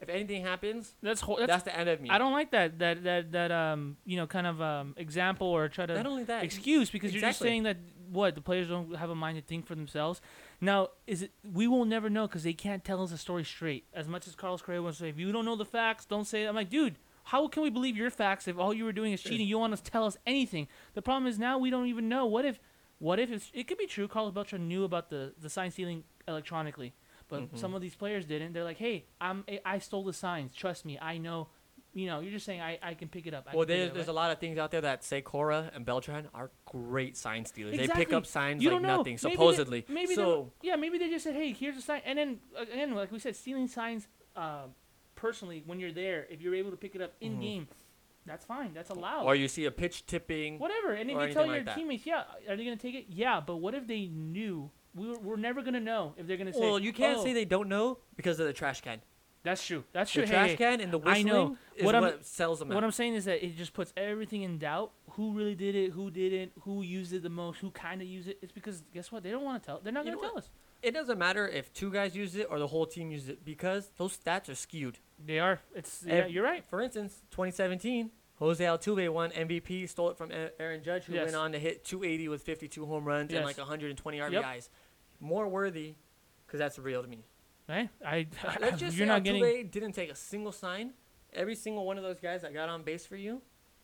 C: If anything happens,
B: that's, ho-
C: that's,
B: that's
C: the end of me.
B: I don't like that that that that um you know kind of um example or try to
C: Not only that,
B: excuse because you're just
C: exactly.
B: saying that what the players don't have a mind to think for themselves. Now is it we will never know because they can't tell us the story straight. As much as Carlos Correa wants to say, if you don't know the facts, don't say. It. I'm like, dude. How can we believe your facts if all you were doing is cheating? You don't want to tell us anything. The problem is now we don't even know. What if, what if it's, it could be true? Carlos Beltran knew about the the sign stealing electronically, but
C: Mm-hmm.
B: some of these players didn't. They're like, hey, I'm I stole the signs. Trust me, I know. You know, you're just saying I, I can pick it up. I
C: Well,
B: can pick it
C: there's,
B: up,"
C: there's
B: right?
C: a lot of things out there that say Cora and Beltran are great sign stealers. They pick
B: Exactly.
C: up signs
B: You don't
C: like
B: know.
C: nothing,
B: Maybe they-
C: supposedly.
B: Maybe, they,
C: so
B: yeah, maybe they just said, "Hey, here's a sign," and then again, like we said, stealing signs uh, personally when you're there, if you're able to pick it up in game, that's fine. That's allowed.
C: Mm-hmm. oh, or you see a pitch tipping.
B: Whatever. And if
C: or
B: they tell
C: anything like
B: your
C: that.
B: teammates, "Yeah, are they gonna take it?" Yeah, but what if they knew? We were, we're never gonna know if they're gonna say.
C: Well, you can't
B: "Oh,
C: say they don't know because of the trash can.
B: That's true. That's
C: The
B: true. Hey,
C: trash
B: hey,
C: can and the
B: I know
C: whistling is
B: I'm-
C: what sells them
B: What
C: out.
B: I'm saying is that it just puts everything in doubt. Who really did it? Who didn't? Who used it the most? Who kind of used it? It's because guess what? They don't want to tell. They're not
C: You
B: going to
C: know
B: tell
C: what?
B: us.
C: It doesn't matter if two guys use it or the whole team uses it because those stats are skewed.
B: They are. It's yeah,
C: If-
B: you're right.
C: For instance, 2017, Jose Altuve won MVP, stole it from A- Aaron Judge, who
B: Yes.
C: went on to hit 280 with 52 home runs
B: Yes.
C: and like 120 RBIs. More worthy because that's real to me.
B: Right? I.
C: Let's just
B: you're
C: say
B: not
C: Altuve
B: getting.
C: didn't take a single sign. Every single one of those guys that got on base for you,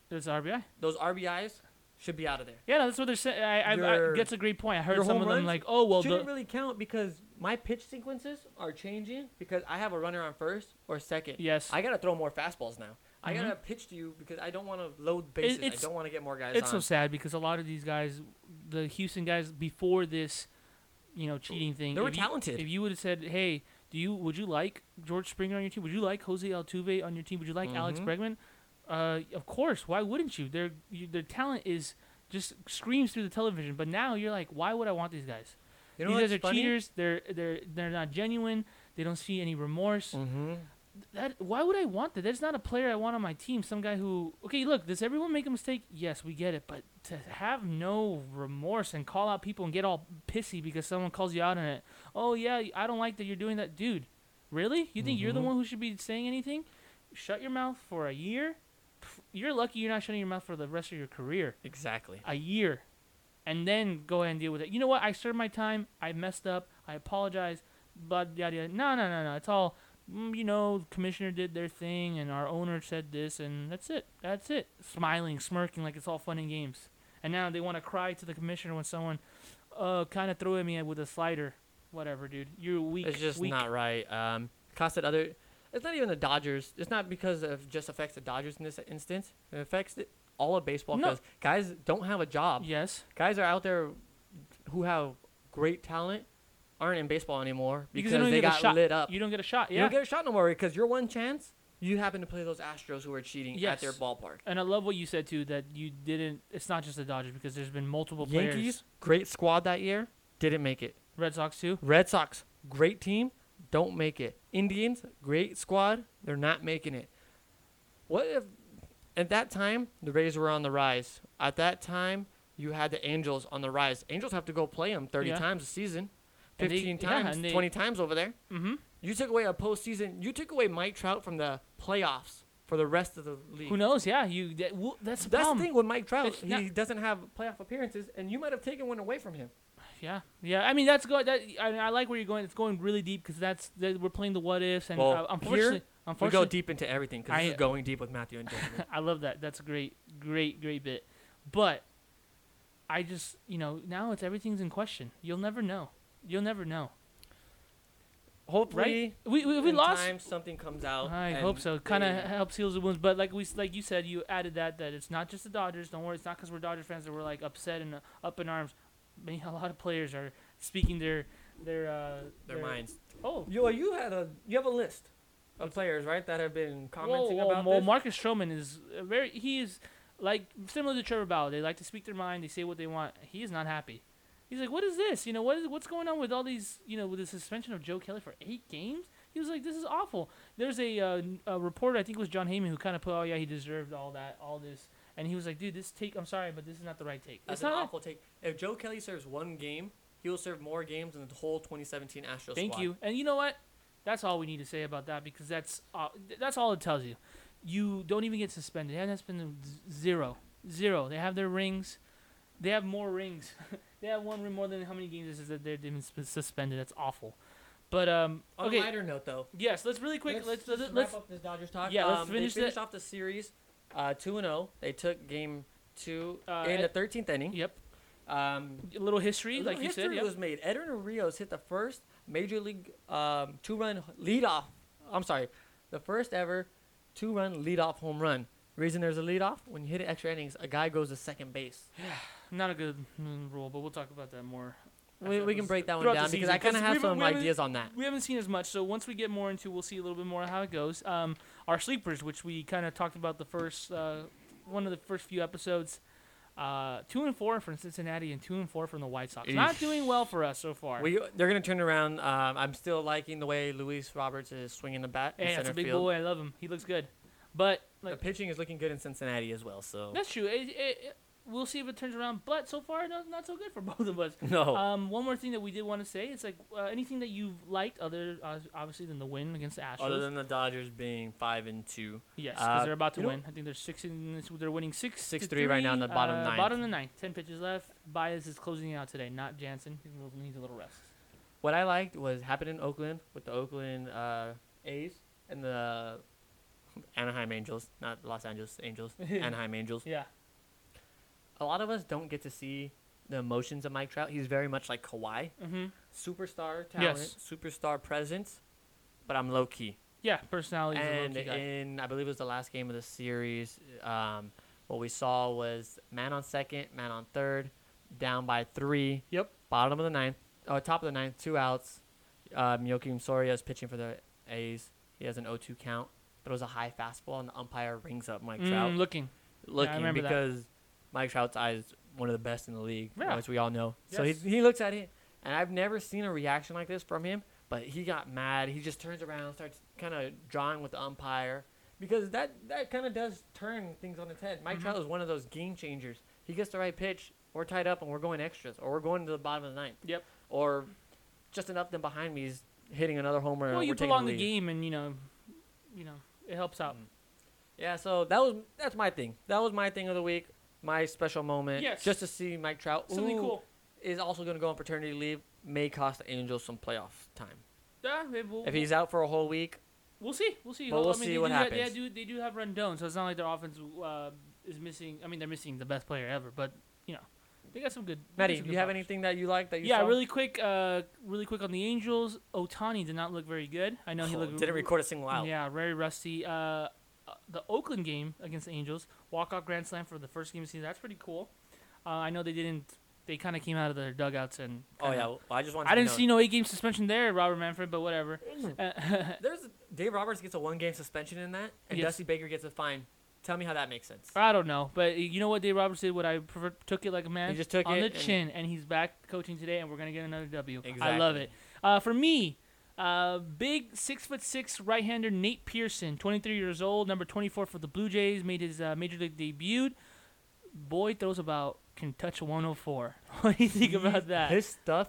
B: There's RBI.
C: those RBIs should be out of there.
B: Yeah, no, that's what they're saying. I, I, I,
C: Your-
B: that's a great point. I heard
C: Your
B: some
C: home
B: of them
C: runs
B: like, oh well, the,
C: shouldn't really count because my pitch sequences are changing because I have a runner on first or second.
B: Yes.
C: I gotta throw more fastballs now. I gotta pitch to you because I don't want to load bases. I
B: it's-
C: don't want to get more guys
B: it's so
C: on.
B: sad because a lot of these guys, the Houston guys before this, you know, cheating thing,
C: They were
B: if you-
C: talented.
B: if you would have said, hey, do you would you like George Springer on your team? Would you like Jose Altuve on your team? Would you like Alex
C: Mm-hmm.
B: Bregman? Uh, of course. Why wouldn't you? Their you, their talent is just screams through the television. But now you're like, why would I want these guys?
C: You know
B: these guys
C: what's
B: are
C: funny?
B: cheaters. They're they're they're not genuine. They don't see any remorse.
C: Mm-hmm.
B: That why would I want that? That's not a player I want on my team. Some guy who okay, look, does everyone make a mistake? Yes, we get it. But to have no remorse and call out people and get all pissy because someone calls you out on it. Oh yeah, I don't like that you're doing that, dude. Really? You think you're
C: Mm-hmm.
B: the one who should be saying anything? Shut your mouth for a year. Pff, You're lucky you're not shutting your mouth for the rest of your career
C: Exactly.
B: a year and then go ahead and deal with it. You know what? I served my time. I messed up. I apologize. But yada yada. No, no, no, no. It's all, mm, you know, commissioner did their thing and our owner said this and that's it. That's it. Smiling, smirking like it's all fun and games. And now they want to cry to the commissioner when someone uh, kind of threw at me with a slider. Whatever, dude. You're weak.
C: It's just
B: weak.
C: not right. Um, costed other. It's not even the Dodgers. It's not because of just affects the Dodgers in this instance. It affects the, all of baseball
B: No.
C: because guys don't have a job.
B: Yes.
C: Guys are out there who have great talent aren't in baseball anymore because,
B: you don't
C: they
B: get
C: got
B: a shot.
C: lit up.
B: You don't get a shot. Yeah.
C: You don't get a shot no more because your one chance, you happen to play those Astros who are cheating at their
B: Yes.
C: ballpark.
B: and I love what you said too that you didn't. It's not just the Dodgers because there's been multiple players.
C: Yankees, great squad that year, didn't make it.
B: Red Sox too.
C: Red Sox, great team, don't make it. Indians, great squad, they're not making it. What if at that time the Rays were on the rise? At that time, you had the Angels on the rise. Angels have to go play them 30
B: Yeah.
C: times a season,
B: And they-
C: 15
B: yeah,
C: times,
B: and they-
C: 20 times over there. Mm-hmm. You took away a postseason. You took away Mike Trout from the playoffs for the rest of the league.
B: Who knows? Yeah. You. That, well, that's the
C: That's
B: problem.
C: the thing with Mike Trout.
B: It's
C: He
B: not-
C: doesn't have playoff appearances, and you might have taken one away from him.
B: Yeah, yeah. I mean, that's good. That I, I like where you're going. It's going really deep because that's that we're playing the what ifs, and uh, unfortunately,
C: here,
B: unfortunately,
C: we go deep into everything because this
B: I-
C: is going deep with Matthew and Jeremy.
B: I love that. That's a great, great, great bit. But I just, you know, now it's everything's in question. You'll never know. You'll never know.
C: Hopefully,
B: We- we- we
C: in
B: lost-
C: time something comes out.
B: I
C: Uh, and
B: hope so. Kind of
C: they-
B: helps heal the wounds. But like we, s- like you said, you added that that it's not just the Dodgers. Don't worry, it's not because we're Dodgers fans that we're like upset and uh, up in arms. I mean, a lot of players are speaking their their uh,
C: their minds.
B: Oh,
C: Yo, you had a you have a list of players right that have been commenting
B: well,
C: about
B: well,
C: this.
B: Marcus Stroman is a very he is like similar to Trevor Bauer. They like to speak their mind. They say what they want. He is not happy. He's like, what is this? You know, what is what's going on with all these? You know, with the suspension of Joe Kelly for eight games. He was like, this is awful. There's a, uh, n- a reporter, I think it was John Heyman, who kind of put, oh yeah, he deserved all that, all this, and he was like, dude, this take, I'm sorry, but this is not the right take.
C: That's
B: It's
C: an
B: not
C: awful take. If Joe Kelly serves one game, he will serve more games than the whole 2017 Astros.
B: Thank
C: squad.
B: you. And you know what? That's all we need to say about that because that's uh, th- that's all it tells you. You don't even get suspended. They haven't suspended z- zero, zero. They have their rings. They have more rings. they have one ring more than how many games this is that they've been sus- suspended. That's awful. But um,
C: On
B: okay.
C: a lighter note, though,
B: yes, let's really quick. Let's let's, let's,
C: wrap up this Dodgers talk.
B: Yeah, let's
C: Um,
B: finish
C: they finished
B: the-
C: off the series uh, two and zero. They took game two
B: Uh,
C: in
B: Ed-
C: the 13th inning.
B: yep.
C: Um,
B: A little history,
C: A
B: like
C: little
B: you said.
C: history
B: Yep.
C: was made. Edwin Rios hit the first major league um, two-run leadoff. I'm sorry, the first ever two-run leadoff home run. Reason there's a leadoff when you hit it extra innings, a guy goes to second base.
B: Not a good mm, rule, but we'll talk about that more.
C: We,
B: after
C: we can
B: this-
C: break that one
B: throughout the
C: down because
B: season,
C: I kind of
B: 'cause
C: have
B: we-
C: some
B: we- we-
C: ideas on that.
B: We haven't seen as much, so once we get more into, we'll see a little bit more how it goes. Um, our sleepers, which we kind of talked about the first uh, one of the first few episodes, uh, two and four from Cincinnati and two and four from the White Sox. Not doing well for us so far.
C: We they're gonna turn around. Um, I'm still liking the way Luis Roberts is swinging the bat in
B: hey, that's
C: center
B: a big
C: field.
B: boy. I love him. He looks good, but
C: The
B: like
C: pitching is looking good in Cincinnati as well. So
B: that's true. It, it, it- we'll see if it turns around. But so far, no, not so good for both of us.
C: no,
B: Um, one more thing that we did want to say is like uh, anything that you liked other uh, obviously than the win against the Astros.
C: other than the Dodgers being five and two.
B: Yes, because
C: Uh,
B: they're about to
C: you know-
B: win. I think they're six in this, they're winning six
C: Six
B: to
C: three right now in the bottom
B: uh,
C: ninth.
B: Bottom of the ninth. Ten pitches left. Baez is closing it out today. Not Jansen. He will- needs a little rest.
C: What I liked was happened in Oakland with the Oakland uh, A's and the Anaheim Angels, not Los Angeles Angels, Anaheim Angels.
B: Yeah.
C: A lot of us don't get to see the emotions of Mike Trout. He's very much like Kawhi,
B: Mm-hmm.
C: superstar talent,
B: Yes.
C: superstar presence, but I'm low key.
B: Yeah. Personality is Oh, a
C: And
B: low-key guy.
C: in I believe it was the last game of the series, um, what we saw was man on second, man on third, down by three
B: Yep.
C: bottom of the ninth, uh, top of the ninth, two outs. Um, Joakim Soria is pitching for the A's. He has an 0-2 count, but it was a high fastball, and the umpire rings up Mike Trout,
B: Mm, looking.
C: looking
B: remember that.
C: because Mike Trout's eye is one of the best in the league,
B: Yeah.
C: as we all know. So he,
B: Yes.
C: he looks at it, and I've never seen a reaction like this from him. But he got mad. He just turns around, starts kind of drawing with the umpire because that that kind of does turn things on its head. Mike
B: Mm-hmm.
C: Trout is one of those game changers. He gets the right pitch, we're tied up, and we're going extras, or we're going to the bottom of the ninth
B: Yep.
C: or just enough them behind me is hitting another homer. and
B: Well, you
C: we're taking
B: prolong the
C: lead. Mm.
B: game, and you know, you know, it helps out.
C: Yeah, so that was that's my thing. That was my thing of the week. My special moment.
B: Yes.
C: Just to see Mike Trout.
B: Something
C: who
B: cool.
C: Is also going to go on paternity leave. May cost the Angels some playoff time.
B: Yeah, maybe we'll,
C: If he's out for a whole week,
B: we'll see. We'll see.
C: But
B: Well,
C: we'll
B: I mean,
C: see
B: they
C: what
B: do Have,
C: happens.
B: they, do, they do have Rendon, so it's not like their offense uh, is missing. I mean, they're missing the best player ever, but you know, they got some good. they got
C: Maddie,
B: some
C: do
B: good
C: you have
B: players.
C: anything that you like that you
B: Yeah,
C: saw?
B: really quick, uh, really quick on the Angels. Otani did not look very good. I know he
C: Oh,
B: looked
C: didn't record a single out.
B: Yeah, very rusty. Uh, uh, the Oakland game against the Angels, walk off grand slam for the first game of the season. That's pretty cool. Uh, I know they didn't. They kind of came out of their dugouts and.
F: Oh
B: kinda-
F: yeah, well, I just wanted.
B: I
F: to
B: didn't
F: know.
B: see no eight game suspension there, Robert Manfred, but whatever.
F: There's Dave Roberts gets a one game suspension in that, and
B: Yes.
F: Dusty Baker gets a fine. Tell me how that makes sense.
B: I don't know, but you know what Dave Roberts did? What I prefer, took it like a man.
C: He just took
B: on
C: it
B: the
C: and-
B: chin, and he's back coaching today, and we're gonna get another W. I love
F: Exactly.
B: it. Uh, for me, uh, big six foot six right hander Nate Pearson, 23 years old, number 24 for the Blue Jays, made his uh, major league debut. Boy throws about can touch 104. what do you think about that?
C: His stuff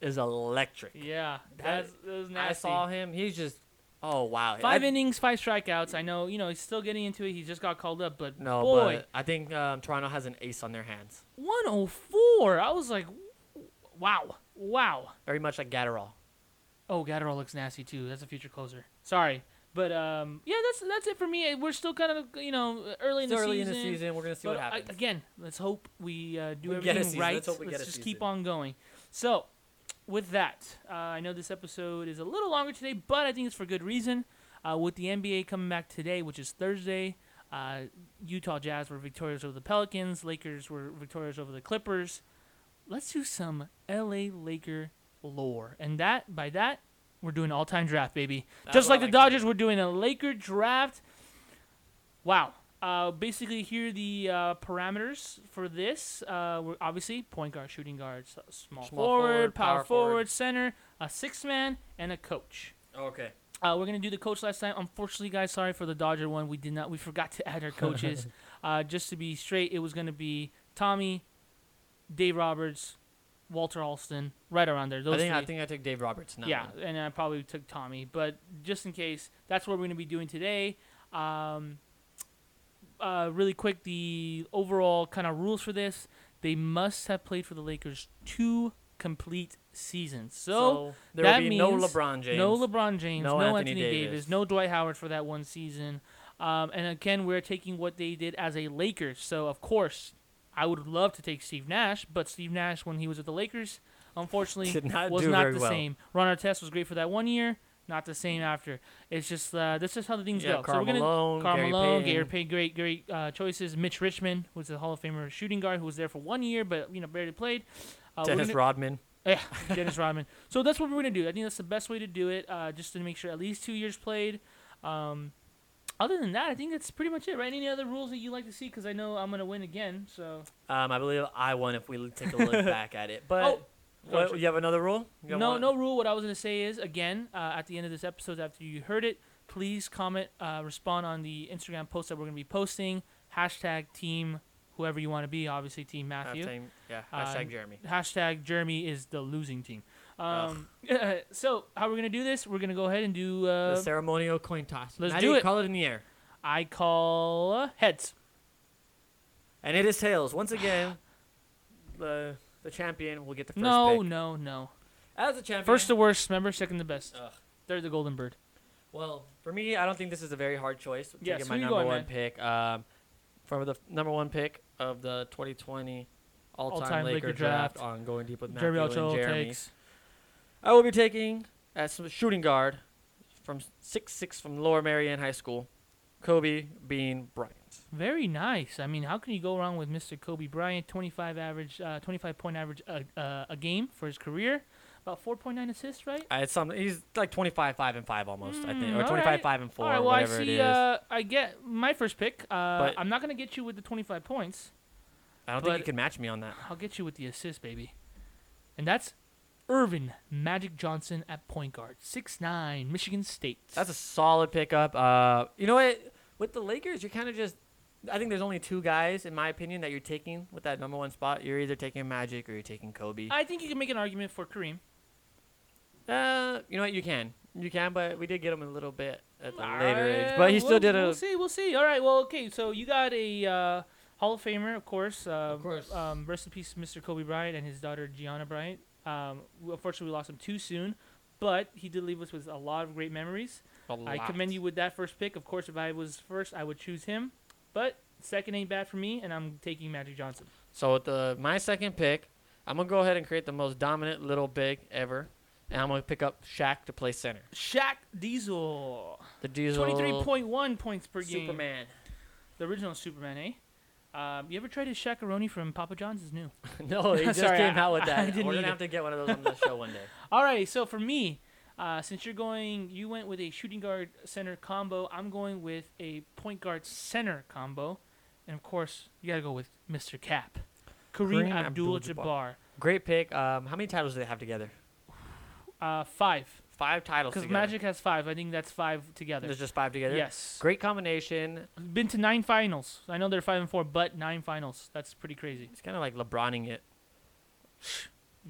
C: is electric.
B: yeah,
C: That-
B: that's, that was nasty.
C: I saw him. He's just, oh wow.
B: Five
C: I,
B: innings, five strikeouts. I know, you know, he's still getting into it. He just got called up, but
C: No,
B: boy,
C: but I think um, Toronto has an ace on their hands,
B: 104. I was like, wow, wow.
C: very much like Gatterall.
B: Oh, Gatterall looks nasty too. That's a future closer. Sorry, but um, yeah, that's that's it for me. We're still kind of you know early in
C: It's
B: the
C: early in
B: season.
C: the season. We're gonna see
B: but
C: what
B: I-
C: happens.
B: again, let's hope we uh, do
F: We get a
B: everything
F: season.
B: right.
F: Let's hope we get a
B: just keep
F: season.
B: on going. So, with that, uh, I know this episode is a little longer today, but I think it's for good reason. Uh, with the NBA coming back today, which is Thursday, uh, Utah Jazz were victorious over the Pelicans. Lakers were victorious over the Clippers. Let's do some LA Laker lore, and that by that we're doing all time draft, baby. Just
F: what I
B: like
F: like
B: the
F: to
B: Dodgers, we're doing a Laker draft. Wow. Uh, basically, here are the uh, parameters for this. Uh, we're obviously point guard, shooting guard, s- small,
C: Small
B: forward,
C: forward,
B: power,
C: power
B: forward,
C: forward.
B: center, a six man, and a coach.
F: Okay.
B: Uh, we're gonna do the coach last time. Unfortunately, guys, sorry for the Dodger one. We did not. We forgot to add our coaches. uh, just to be straight, it was gonna be Tommy, Dave Roberts, Walter Alston, right around there. Those
C: I think
B: three.
C: I think I took Dave Roberts. in that
B: Yeah,
C: one.
B: and I probably took Tommy, but just in case, that's what we're going to be doing today. Um, uh, really quick, the overall kind of rules for this: they must have played for the Lakers two complete seasons. So,
C: So, there
B: that
C: will be
B: means
C: no LeBron James,
B: no LeBron James, no,
C: no
B: Anthony,
C: Anthony
B: Davis.
C: Davis.
B: no Dwight Howard for that one season. Um, and again, we're taking what they did as a Lakers. So of course, I would love to take Steve Nash, but Steve Nash when he was with the Lakers, unfortunately,
C: Did not
B: was
C: do
B: not
C: very
B: the
C: well.
B: same. Ron Artest was great for that one year, not the same after. It's just uh, that's just how the things
C: Yeah,
B: go.
C: Karl
B: so we're gonna
C: Malone,
B: Karl
C: Gary
B: Malone,
C: Payton.
B: Gary Payton, great, great uh, choices. Mitch Richmond was the Hall of Famer shooting guard who was there for one year, but you know barely played. Uh, we're
C: Dennis
B: gonna-
C: Rodman.
B: yeah, Dennis Rodman. So that's what we're gonna do. I think that's the best way to do it, uh, just to make sure at least two years played. Um, other than that, I think that's pretty much it, right? Any other rules that you like to see? Because I know I'm gonna win again. So
F: Um, I believe I won if we l- take a look back at it. But
B: Oh,
F: What-
B: gotcha.
F: you have another rule? You have
B: no,
F: one-
B: no rule. What I was gonna say is again, uh, at the end of this episode, after you heard it, please comment, uh, respond on the Instagram post that we're gonna be posting. Hashtag team whoever you want to be. Obviously, team Matthew.
C: Halftime, yeah.
B: Uh,
C: Hashtag Jeremy.
B: Hashtag Jeremy is the losing team. Um, so how we're gonna do this? We're gonna go ahead and do. Uh,
C: the ceremonial coin toss.
B: let's
C: Now
B: do
C: you
B: it.
C: Call it in the air.
B: I call uh, heads.
F: And it is tails once again. the the champion will get the first
B: no,
F: pick.
B: no, no.
F: As a champion.
B: First the worst, remember? Second the best.
F: Ugh.
B: Third the golden bird.
F: Well, for me, I don't think this is a very hard choice to
B: Yes,
F: get
B: who
F: my
B: you
F: number
B: going,
F: one
B: man?
F: pick. Um, for the f- number one pick of the 2020 all-time,
B: All-time
F: Laker,
B: Laker
F: draft,
B: draft.
F: on Going Deep with Matthew
B: Jeremy
F: and
B: Ochoa
F: Jeremy.
B: takes.
F: I will be taking as a shooting guard from six six from Lower Marion High School, Kobe Bean Bryant.
B: Very nice. I mean, how can you go wrong with Mr. Kobe Bryant? 25 average, uh, 25 point average a, uh, a game for his career. About 4.9 assists, right?
F: Uh, it's something. He's like 25, five and five almost, I think,
B: Mm,
F: or
B: all
F: 25,
B: right.
F: five and four,
B: All right. Well, I
F: whatever it
B: see.
F: is.
B: Uh, I get my first pick. Uh,
F: But-
B: I'm not gonna get you with the 25 points.
F: I don't think
B: but-
F: you can match me on that.
B: I'll get you with the assist, baby. And that's Irvin Magic Johnson at point guard, 6'9", Michigan State.
F: That's a solid pickup. Uh, you know what? With the Lakers, you're kind of just. I think there's only two guys, in my opinion, that you're taking with that number one spot. You're either taking Magic or you're taking Kobe.
B: I think you can make an argument for Kareem.
F: uh, you know what? You can, you can, but we did get him a little bit at the
B: All
F: later age,
B: right,
F: but he still
B: we'll-
F: did a.
B: We'll see. We'll see. All right. Well, okay. So you got a uh, Hall of Famer, of course. Uh, of
C: course.
B: Um, rest in peace, Mr. Kobe Bryant and his daughter Gianna Bryant. Um, we- unfortunately, we lost him too soon, but he did leave us with a lot of great memories. I commend you with that first pick. Of course, if I was first, I would choose him, but second ain't bad for me, and I'm taking Magic Johnson.
C: So with the my second pick, I'm gonna go ahead and create the most dominant little big ever, and I'm gonna pick up Shaq to play center.
B: Shaq Diesel.
C: The Diesel.
B: 23.1 points per game.
C: Superman.
B: The original Superman, eh? Um, you ever tried his shakaroni from Papa John's? Is new.
C: no, he just
B: Sorry,
C: came
B: I-
C: out with
B: I
C: that.
B: didn't
C: We're
B: need
C: gonna
B: it.
C: have to get one of those on the show one day.
B: Alrighty, so for me, uh, since you're going, you went with a shooting guard center combo. I'm going with a point guard center combo, and of course, you gotta go with Mr. Cap, Kareem,
C: Kareem
B: Abdul-Jabbar.
C: Great pick. Um, how many titles do they have together?
B: Uh, five,
C: Five titles.
B: because
C: Because
B: Magic has five. I think that's five together.
C: There's just five together.
B: Yes.
C: Great combination.
B: Been to nine finals. I know they're five and four, but nine finals. That's pretty crazy.
C: It's kind of like LeBroning it.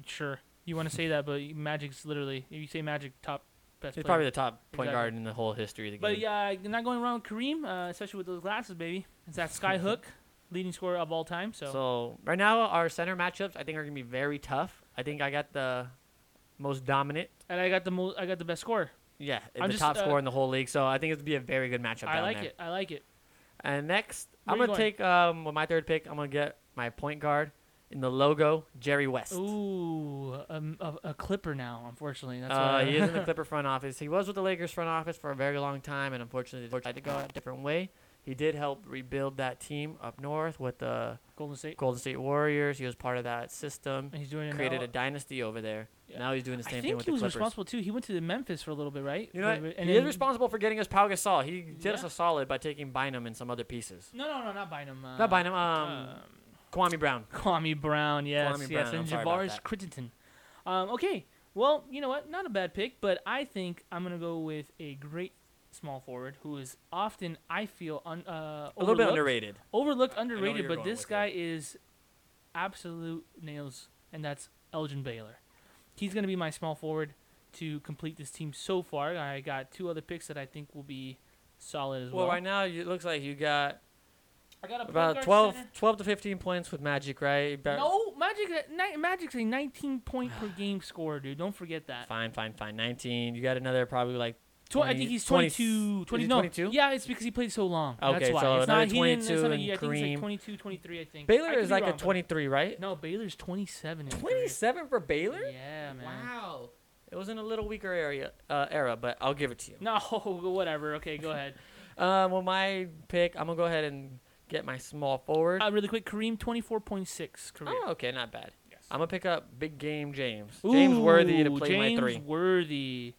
B: Sure, you want to say that, but Magic's literally. If you say Magic, top best.
C: He's
B: player.
C: probably the top point
B: Exactly.
C: guard in the whole history of the game.
B: But yeah, you're not going around with Kareem, uh, especially with those glasses, baby. It's that sky hook, leading scorer of all time. So,
C: So right now our center matchups I think are gonna be very tough. I think I got the most dominant.
B: and I got the mo- I got the best scorer.
C: Yeah,
B: I'm
C: the
B: just,
C: top
B: uh,
C: scorer in the whole league. So I think it's gonna be a very good matchup.
B: I
C: down
B: like
C: there.
B: it. I like it.
C: And next,
B: Where
C: I'm
B: you
C: gonna
B: going?
C: take um with my third pick. I'm gonna get my point guard in the logo, Jerry West.
B: Ooh, um, a, a Clipper now. Unfortunately, that's why
C: Uh,
B: I-
C: he is in the Clipper front office. He was with the Lakers front office for a very long time, and unfortunately, they tried to go a different way. He did help rebuild that team up north with the
B: Golden State.
C: Golden State Warriors. He was part of that system.
B: And he's doing it
C: created
B: now.
C: a dynasty over there.
B: Yeah.
C: Now he's doing the same
B: I
C: thing
B: think
C: with
B: he
C: the
B: was
C: Clippers.
B: responsible too. He went to the Memphis for a little bit, right?
C: You know,
B: For a
C: what?
B: bit,
C: he is
B: then-
C: responsible for getting us Pau Gasol. He did us
B: Yeah.
C: a solid by taking Bynum and some other pieces.
B: No, no, no, not Bynum. Uh,
C: Not Bynum, um, Kwame Brown.
B: Kwame Brown, yes,
C: Kwame
B: yes,
C: Brown, I'm
B: and
C: sorry about
B: Javaris
C: that.
B: Crittenton. Um, okay, well, you know what? Not a bad pick, but I think I'm gonna go with a great small forward who is often, I feel, un, uh,
C: A little bit
B: overlooked-
C: underrated.
B: overlooked,
C: where
B: underrated.
C: you're
B: But
C: going
B: this
C: with
B: guy is absolute nails, and that's Elgin Baylor. He's gonna be my small forward to complete this team so far. I got two other picks that I think will be solid as well.
C: Well, right now you- it looks like you got
B: I got a point
C: about
B: guard
C: 12,
B: center.
C: 12 to 15 points with Magic, right? About-
B: No, Magic, ni- Magic's a 19 point per game scorer, dude. Don't forget that.
C: Uh, Fine, fine, fine. 19. You got another probably like
B: Tw-
C: 20,
B: I think he's
C: 20
B: 22.
C: is
B: 20,
C: he
B: no,
C: 22?
B: Yeah, it's because he played so long. That's
C: Okay,
B: why.
C: so
B: it's not,
C: another
B: he didn't, it's
C: 22
B: not a
C: and
B: year. I think it's like
C: Kareem.
B: 22, 23, I think. I
C: Baylor
B: could
C: is
B: be
C: like
B: wrong,
C: a
B: but-
C: 23, right?
B: No, Baylor's 27. in his career.
C: 27 for Baylor?
B: Yeah, man.
C: Wow. It was in a little weaker area uh, era, but I'll give it to you.
B: No, whatever. Okay, go ahead.
C: Um, well, my pick, I'm gonna go ahead and get my small forward.
B: Uh, really quick, Kareem 24.6 career.
C: oh, okay, not bad.
B: Yes.
C: I'm gonna pick up big game James. James Worthy to
B: Ooh,
C: play
B: James
C: my three.
B: Worthy.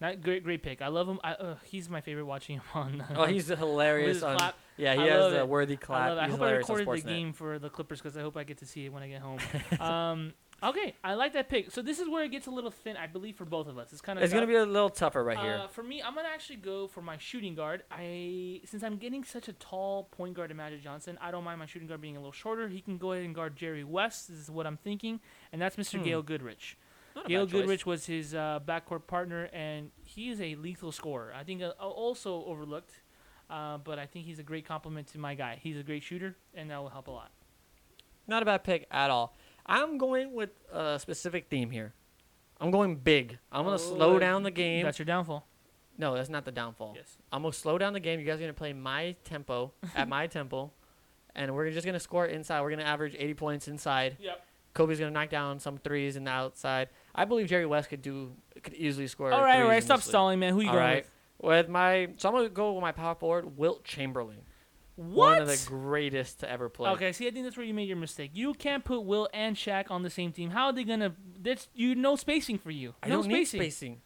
B: Not great, great pick. I love him. I, uh, he's my favorite watching him on. uh,
C: Oh, he's hilarious.
B: his
C: on,
B: clap.
C: Yeah, he
B: I
C: has
B: love
C: a
B: it.
C: worthy
B: I,
C: clap.
B: love it. I
C: He's
B: hope I
C: hilarious on
B: recorded the
C: Sportsnet.
B: game for the Clippers because I hope I get to see it when I get home. um, okay, I like that pick. So this is where it gets a little thin, I believe, for both of us. It's kind of
C: It's gonna be a little tougher right here.
B: Uh, for me, I'm gonna actually go for my shooting guard. I since I'm getting such a tall point guard in Magic Johnson, I don't mind my shooting guard being a little shorter. He can go ahead and guard Jerry West. This is what I'm thinking, and that's Mr. Gail Goodrich.
C: Hmm. Not a
B: Gail
C: bad choice.
B: Goodrich was his uh, backcourt partner, and he is a lethal scorer. I think uh, also overlooked, uh, but I think he's a great compliment to my guy. He's a great shooter, and that will help a lot.
C: Not a bad pick at all. I'm going with a specific theme here. I'm going big. I'm gonna
B: Oh,
C: slow down the game.
B: That's your downfall.
C: No, that's not the downfall.
B: Yes.
C: I'm gonna slow down the game. You guys are gonna play my tempo at my tempo, and we're just gonna score inside. We're gonna average 80 points inside.
B: Yep.
C: Kobe's gonna knock down some threes in the outside. I believe Jerry West could do could easily score.
B: All right,
C: threes
B: all
C: in
B: right. Stop
C: this league.
B: stalling, man. Who you
C: All
B: going
C: right, with my so I'm gonna go with my power forward Wilt Chamberlain,
B: with?
C: one
B: What?
C: of the greatest to ever play.
B: Okay, see, I think that's where you made your mistake. You can't put Will and Shaq on the same team. How are they gonna? That's you. No spacing for you.
C: I
B: no
C: don't need
B: spacing.
C: spacing.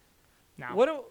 B: Nah.
C: What? Do,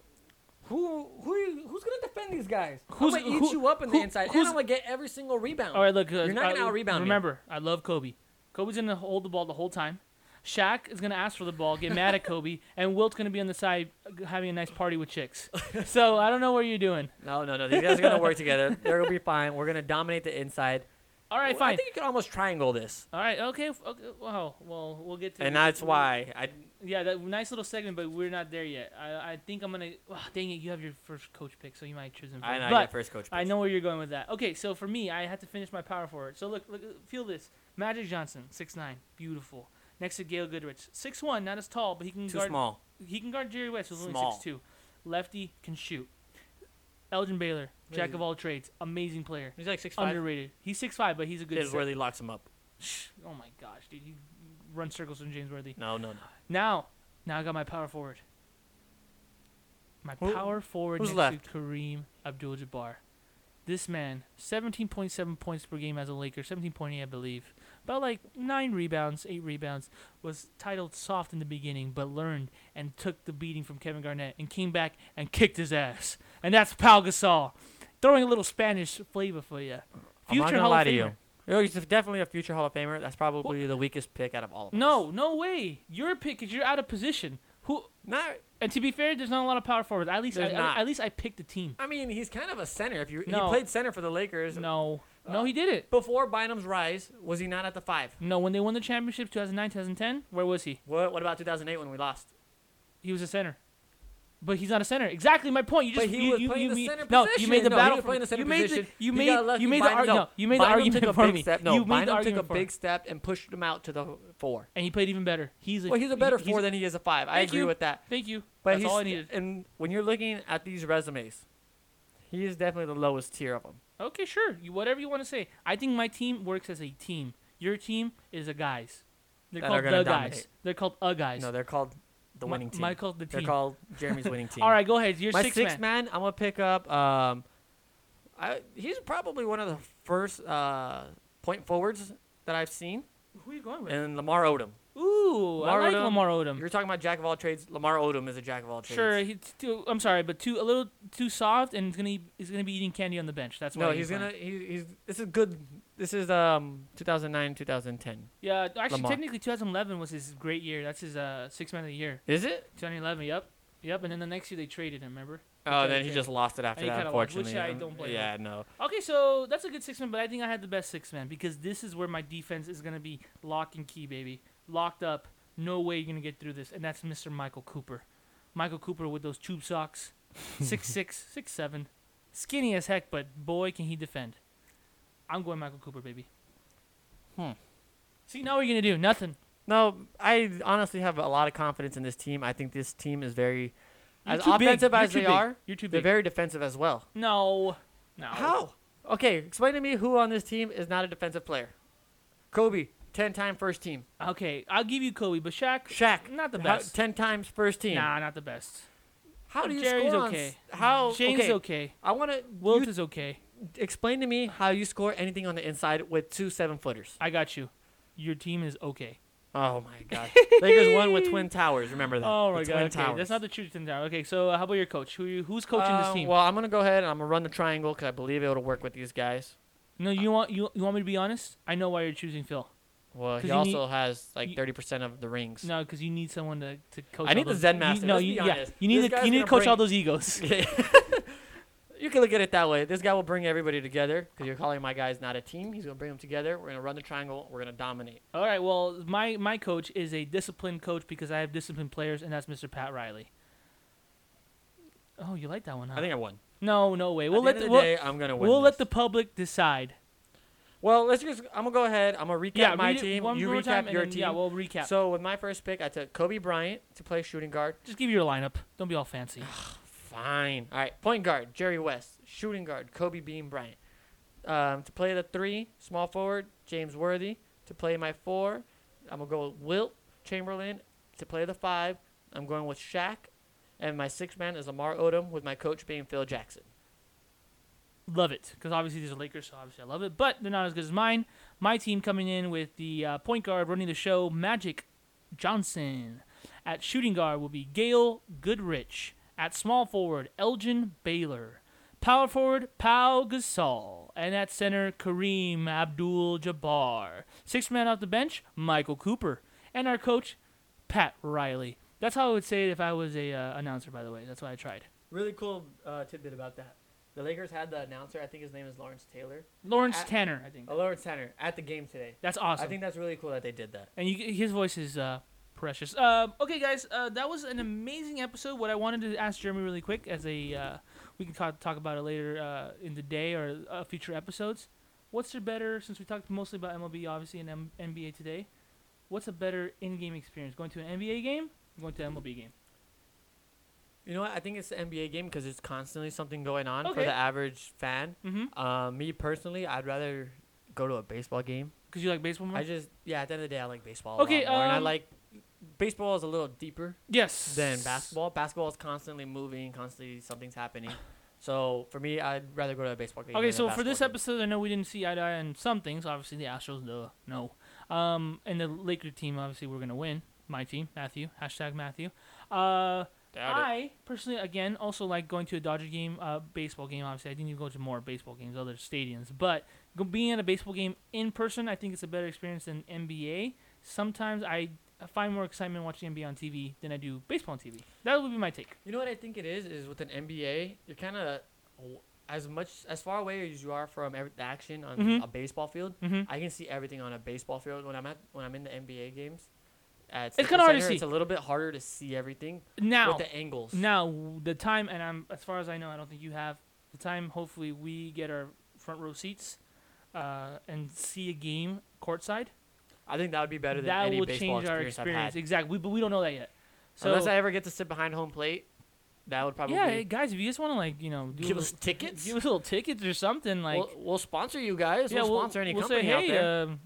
C: who who are you, who's gonna defend these guys?
B: Who's-
C: I'm gonna eat
B: who-
C: you up in
B: who-
C: the inside, and
B: who's-
C: I'm gonna get every single rebound.
B: All right, look. Uh,
C: You're not
B: uh,
C: gonna out-rebound me.
B: Remember, I love Kobe. Kobe's gonna hold the ball the whole time. Shaq is gonna ask for the ball, get mad at Kobe, and Wilt's gonna be on the side uh, having a nice party with chicks. So I don't know what you're doing.
C: No, no, no. These guys are gonna work together. They're gonna be fine. We're gonna dominate the inside.
B: All right,
C: Well, I
B: fine.
C: think you could almost triangle this,
B: All right, okay. f- okay well, well, we'll get to.
C: and that's why I.
B: Yeah, that nice little segment, but we're not there yet. I, I think I'm gonna. ah, dang it, you have your first coach pick, so you might choose him.
C: I
B: first.
C: know I
B: But-
C: got first coach.
B: I
C: picks.
B: know where you're going with that. Okay, so for me, I had to finish my power forward. So look, look, feel this. Magic Johnson, six nine, beautiful. Next to Gail Goodrich, six one, not as tall, but he can
C: Too
B: guard.
C: small.
B: He can guard Jerry West, who's only
C: Small.
B: six two. Lefty can shoot. Elgin Baylor, jack of all trades, amazing player,
C: He's like six five.
B: underrated. He's six five, but he's a good.
C: James
B: set-
C: Worthy locks him up.
B: Shh, Oh my gosh, dude, he runs circles from James Worthy.
C: No, no, no.
B: Now, now I got my power forward. My
C: Who-
B: power forward
C: who's
B: next
C: left?
B: to Kareem Abdul-Jabbar. This man, 17.7 points per game as a Laker, 17.8 I believe. About like nine rebounds, eight rebounds. Was titled soft in the beginning, but learned and took the beating from Kevin Garnett and came back and kicked his ass. And that's Pau Gasol, throwing a little Spanish flavor for you.
C: I'm not
B: Future
C: gonna
B: Hall
C: lie
B: of
C: to
B: Famer.
C: you. Yo, Oh, He's definitely a future Hall of Famer. That's probably the weakest pick out of all of us.
B: No, no way. Your pick is you're out of position. Who?
C: not.
B: And to be fair, there's not a lot of power forwards. At least, I,
C: There's
B: I,
C: not.
B: at least I picked a team.
C: I mean, he's kind of a center. If you
B: No.
C: he played center for the Lakers.
B: No,
C: uh.
B: no, he did it.
C: Before Bynum's rise, was he not at the five?
B: No, when they won the championship 2009, 2010, where was he?
C: What What about 2008 when we lost?
B: He was a center. But he's not a center. Exactly my point. You
C: But
B: just
C: he
B: you,
C: was
B: you,
C: playing
B: you
C: the
B: made-
C: center
B: no, you
C: position,
B: made the
C: though. He
B: battle
C: was
B: for-
C: playing the center
B: you made
C: position.
B: The, you
C: He
B: made
C: got lucky.
B: you made the
C: Bynum-
B: ar-
C: no,
B: no, you made the
C: Bynum
B: argument
C: took a
B: for
C: big
B: me.
C: Step. No,
B: you made the
C: Bynum
B: argument
C: took a
B: for
C: big
B: me.
C: step and pushed him out to the four.
B: and he played even better. He's a,
C: Well, he's a better
B: he-
C: four than he is a five. I
B: Thank
C: agree
B: you.
C: with that.
B: Thank you.
C: But
B: That's
C: he's,
B: all I needed.
C: And when you're looking at these resumes, he is definitely the lowest tier of them.
B: Okay, sure. You, whatever you want to say. I think my team works as a team. Your team is a guys. They're
C: That are
B: called
C: gonna
B: the guys.
C: dominate.
B: They're called a guys.
C: No, they're called the
B: Mi-
C: winning team.
B: Michael, the
C: They're
B: team.
C: called Jeremy's winning team.
B: all right, go ahead. You're
C: my
B: six,
C: sixth
B: man.
C: man. I'm gonna pick up. Um, I he's probably one of the first uh, point forwards that I've seen,
B: Who are you going with?
C: and Lamar Odom.
B: Ooh,
C: Lamar
B: I like
C: Odom,
B: Lamar Odom.
C: You're talking about jack of all trades. Lamar Odom is a jack of all trades.
B: Sure, he's too. I'm sorry, but too a little too soft, and he's gonna eat- he's gonna be eating candy on the bench. That's why
C: No, he's gonna. He, he's. This is good. This is um 2009 2010.
B: Yeah, actually,
C: Lamar.
B: technically, 2011 was his great year. That's his uh six man of the year.
C: Is it?
B: 2011. Yep, yep. And then the next year they traded him. Remember?
C: Oh,
B: Okay,
C: then he
B: okay.
C: just lost it after
B: And he
C: that.
B: kinda lost,
C: Unfortunately,
B: which I
C: Um,
B: don't blame him.
C: Yeah, no.
B: Okay, so that's a good six man, but I think I had the best six man because this is where my defense is gonna be lock and key, baby. Locked up. No way you're gonna get through this, and that's Mr. Michael Cooper. Michael Cooper with those tube socks, six six, six seven, skinny as heck, but boy can he defend. I'm going Michael Cooper, baby.
C: Hmm.
B: See, now what are you gonna do? Nothing.
C: No, I honestly have a lot of confidence in this team. I think this team is very
B: You're
C: as
B: too big.
C: offensive
B: You're
C: as
B: too
C: they
B: big.
C: are.
B: You're too
C: They're
B: big.
C: very defensive as well.
B: No. No.
C: How? Okay, explain to me who on this team is not a defensive player. Kobe, ten time first team.
B: Okay, I'll give you Kobe, but Shaq.
C: Shaq,
B: Not the
C: how-
B: best.
C: ten times first team.
B: Nah, not the best.
C: How do you
B: Jerry's
C: score? on
B: okay.
C: s- how
B: James okay.
C: Oh, okay. I want to
B: Wilt is okay.
C: explain to me how you score anything on the inside with two seven footers.
B: I got you. Your team is okay.
C: Oh my god. Lakers won with twin towers. Remember that.
B: Oh my
C: The
B: god,
C: twin
B: okay. that's not the truth. Tim Dow. Okay, so uh, how about your coach? Who you, who's coaching this
C: Uh,
B: team?
C: Well, I'm gonna go ahead and I'm gonna run the triangle because I believe it'll work with these guys.
B: no, you want you, you want me to be honest? I know why you're choosing Phil.
C: Well,
B: 'Cause
C: he
B: you need-
C: also has
B: you-
C: like 30% of the rings.
B: No, because you need someone to, to coach.
C: I
B: all
C: need the
B: those-
C: Zen
B: you-
C: master,
B: no,
C: let's
B: you,
C: be
B: yeah,
C: honest.
B: you need
C: This
B: to,
C: guy's
B: you need to
C: gonna
B: coach all
C: bring-
B: those egos.
C: You can look at it that way. This guy will bring everybody together because you're calling my guys not a team. He's gonna bring them together. We're gonna run the triangle. We're gonna dominate.
B: all right. Well, my my coach is a disciplined coach because I have disciplined players, and that's Mr. Pat Riley. Oh, you like that one? Huh?
C: I think I won.
B: no, no way.
C: At
B: We'll
C: the
B: let
C: end
B: the,
C: of the
B: we'll,
C: day, I'm gonna win
B: we'll let
C: this.
B: the public decide.
C: Well, let's just. I'm gonna go ahead. I'm gonna recap
B: Yeah,
C: my
B: read it
C: team.
B: one
C: you
B: more
C: recap
B: time, and
C: your
B: then,
C: team.
B: yeah, we'll recap.
C: So with my first pick, I took Kobe Bryant to play shooting guard.
B: Just give your lineup. Don't be all fancy.
C: Fine. All right. Point guard Jerry West. Shooting guard Kobe Bean Bryant. Um, to play the three, small forward James Worthy. To play my four, I'm gonna go with Wilt Chamberlain. To play the five, I'm going with Shaq. And my sixth man is Lamar Odom, with my coach being Phil Jackson.
B: love it because obviously these are Lakers, so obviously I love it. But they're not as good as mine. My team coming in with the uh, point guard running the show, Magic Johnson. At shooting guard will be Gail Goodrich. At small forward, Elgin Baylor. Power forward, Pau Gasol. And at center, Kareem Abdul Jabbar. Sixth man off the bench, Michael Cooper. And our coach, Pat Riley. That's how I would say it if I was a uh, announcer, by the way. That's why I tried.
C: Really cool uh, tidbit about that. The Lakers had the announcer. I think his name is Lawrence Taylor.
B: Lawrence
C: At-
B: Tanner, I think.
C: Lawrence Tanner at the game today.
B: That's awesome.
C: I think that's really cool that they did that.
B: and you, his voice is uh, precious. Um, okay, guys, uh, that was an amazing episode. What I wanted to ask Jeremy really quick, as a uh, we can talk, talk about it later uh, in the day or uh, future episodes. What's a better since we talked mostly about MLB, obviously, and M- NBA today? What's a better in-game experience? Going to an NBA game, or going to an MLB game?
C: You know what? I think it's the NBA game because there's constantly something going on for
B: Okay.
C: the average fan.
B: Mhm.
C: Uh, me personally, I'd rather go to a baseball game.
B: Because you like baseball more.
C: I just, yeah, at the end of the day, I like baseball.
B: Mm-hmm. Okay,
C: A lot more, and I
B: um,
C: like baseball is a little deeper
B: Yes.
C: than basketball. Basketball is constantly moving, constantly something's happening. So for me, I'd rather go to a baseball game. than
B: Okay,
C: a
B: so for this
C: basketball game.
B: episode, I know we didn't see eye to eye on some things. Obviously, the Astros, duh, no. Um, and the Laker team, obviously, we're gonna win. My team, Matthew. Hashtag Matthew. Uh,
G: Doubt it.
B: I personally, again, also like going to a Dodger game, uh, baseball game. Obviously, I think you go to more baseball games, other stadiums. But go- being at a baseball game in person, I think it's a better experience than NBA. Sometimes I I find more excitement watching NBA on TV than I do baseball on TV. That would be my take.
C: You know what I think it is is with an NBA, you're kind of as much as far away as you are from every, the action on
B: Mm-hmm.
C: a baseball field. I can see everything on a baseball field when I'm at when I'm in the NBA games. At
B: It's
C: Staples
B: kinda hard to
C: Center, It's
B: see.
C: a little bit harder to see everything
B: Now,
C: with the angles.
B: Now the time, and I'm as far as I know, I don't think you have the time. Hopefully, we get our front row seats uh, and see a game courtside.
C: I think that would be better than
B: That
C: any
B: will
C: baseball
B: change our
C: experience, I've
B: experience
C: had.
B: exactly. We, but we don't know that yet. So
C: Unless I ever get to sit behind home plate, that would probably
B: yeah, guys, if you just want to like you know do a
C: Give
B: little-
C: us tickets?
B: give us little tickets or something like
C: we'll, we'll sponsor you guys.
B: yeah,
C: we'll,
B: we'll,
C: sponsor any
B: we'll
C: company
B: say,
C: out
B: hey,
C: there.
B: um,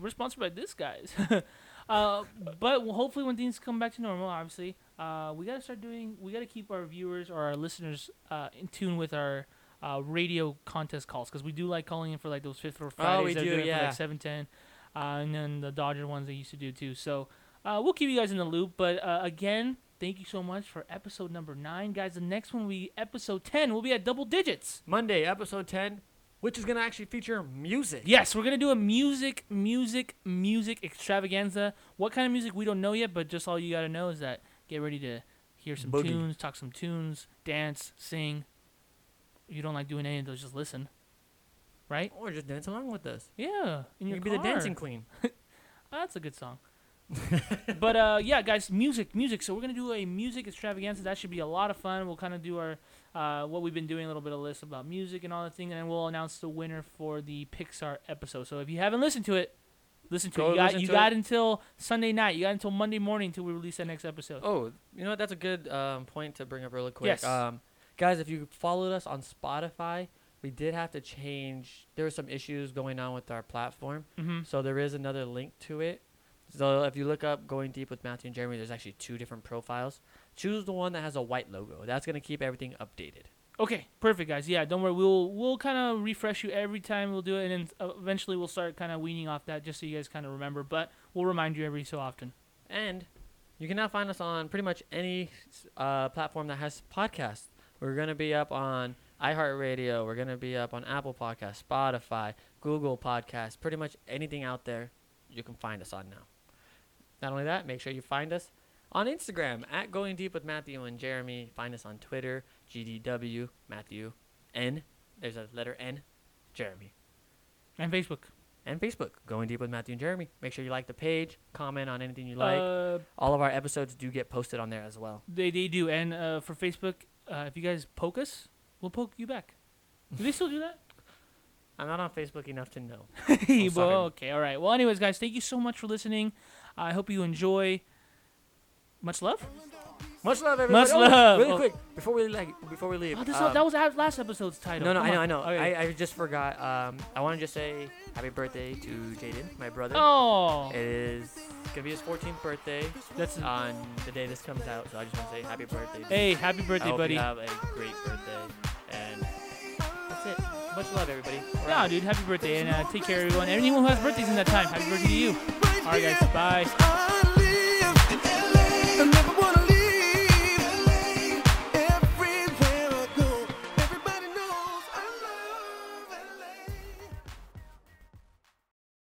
B: we're sponsored by this guys. uh, but well, hopefully, when things come back to normal, obviously, uh, we gotta start doing. We gotta keep our viewers or our listeners uh, in tune with our. Uh, radio contest calls because we do like calling in for like those fifth or Fridays
C: Oh, we
B: that are
C: do,
B: doing it for
C: yeah.
B: like seven ten, uh, and then the Dodger ones they used to do too. So uh, we'll keep you guys in the loop. But uh, again, thank you so much for episode number nine, guys. The next one we episode ten will be at double digits.
C: Monday, episode ten, which is gonna actually feature music.
B: Yes, we're gonna do a music, music, music extravaganza. What kind of music we don't know yet, but just all you gotta know is that get ready to hear some
C: Boogie.
B: tunes, talk some tunes, dance, sing. You don't like doing any of those, just listen, right?
C: Or just dance along with us.
B: Yeah, in
C: You
B: your
C: could be the
B: car.
C: dancing queen.
B: Oh, that's a good song. but uh, yeah, guys, music, music. So we're gonna do a music extravaganza. That should be a lot of fun. We'll kind of do our uh, what we've been doing, a little bit of list about music and all that thing, and then we'll announce the winner for the Pixar episode. So if you haven't listened to it, listen to
C: Go
B: it. You got
C: listen
B: you
C: to
B: got
C: it.
B: until Sunday night. You got until Monday morning until we release that next episode.
C: Oh, you know what? That's a good um, point to bring up really quick.
B: Yes.
C: Um, guys, if you followed us on Spotify, we did have to change. There were some issues going on with our platform.
B: Mhm.
C: So there is another link to it. So if you look up Going Deep with Matthew and Jeremy, there's actually two different profiles. Choose the one that has a white logo. That's going to keep everything updated.
B: Okay, perfect, guys. Yeah, don't worry. We'll we'll kind of refresh you every time we'll do it, and then uh, eventually we'll start kind of weaning off that just so you guys kind of remember. But we'll remind you every so often.
C: And you can now find us on pretty much any uh, platform that has podcasts. We're going to be up on iHeartRadio. We're going to be up on Apple Podcasts, Spotify, Google Podcasts, pretty much anything out there you can find us on now. Not only that, make sure you find us on Instagram at Going Deep with Matthew and Jeremy. Find us on Twitter, GDW, Matthew, N. There's a letter N, Jeremy
B: And Facebook.
C: and Facebook. Going deep with Matthew and Jeremy. Make sure you like the page, comment on anything you like.
B: Uh,
C: All of our episodes do get posted on there as well.
B: They they do, and uh, for Facebook, uh, if you guys poke us, we'll poke you back. Do they still do that?
C: I'm not on Facebook enough to know.
B: Well,
C: Oh, sorry.
B: okay, all right. Well, anyways, guys, thank you so much for listening. I hope you enjoy. Much love.
C: Much love, everybody.
B: Much
C: Oh,
B: love.
C: Really
B: Oh.
C: quick, before we like, before we leave.
B: Oh, this,
C: um,
B: that was our last episode's title.
C: no, no,
B: Come
C: I know, I
B: on.
C: know.
B: Okay.
C: I, I just forgot. Um, I want to just say happy birthday to Jaden, my brother.
B: oh,
C: It is gonna be his 14th birthday
B: that's
C: on the day this comes out, so I just want to say happy birthday. dude.
B: hey, happy
C: I
B: birthday,
C: hope
B: buddy.
C: you have a great birthday, and that's it. Much love, everybody. We're
B: Yeah,
C: out.
B: dude, happy birthday, and uh, take care, everyone. Anyone who has birthdays in that time, happy birthday to you. All right, guys, bye.
H: All right.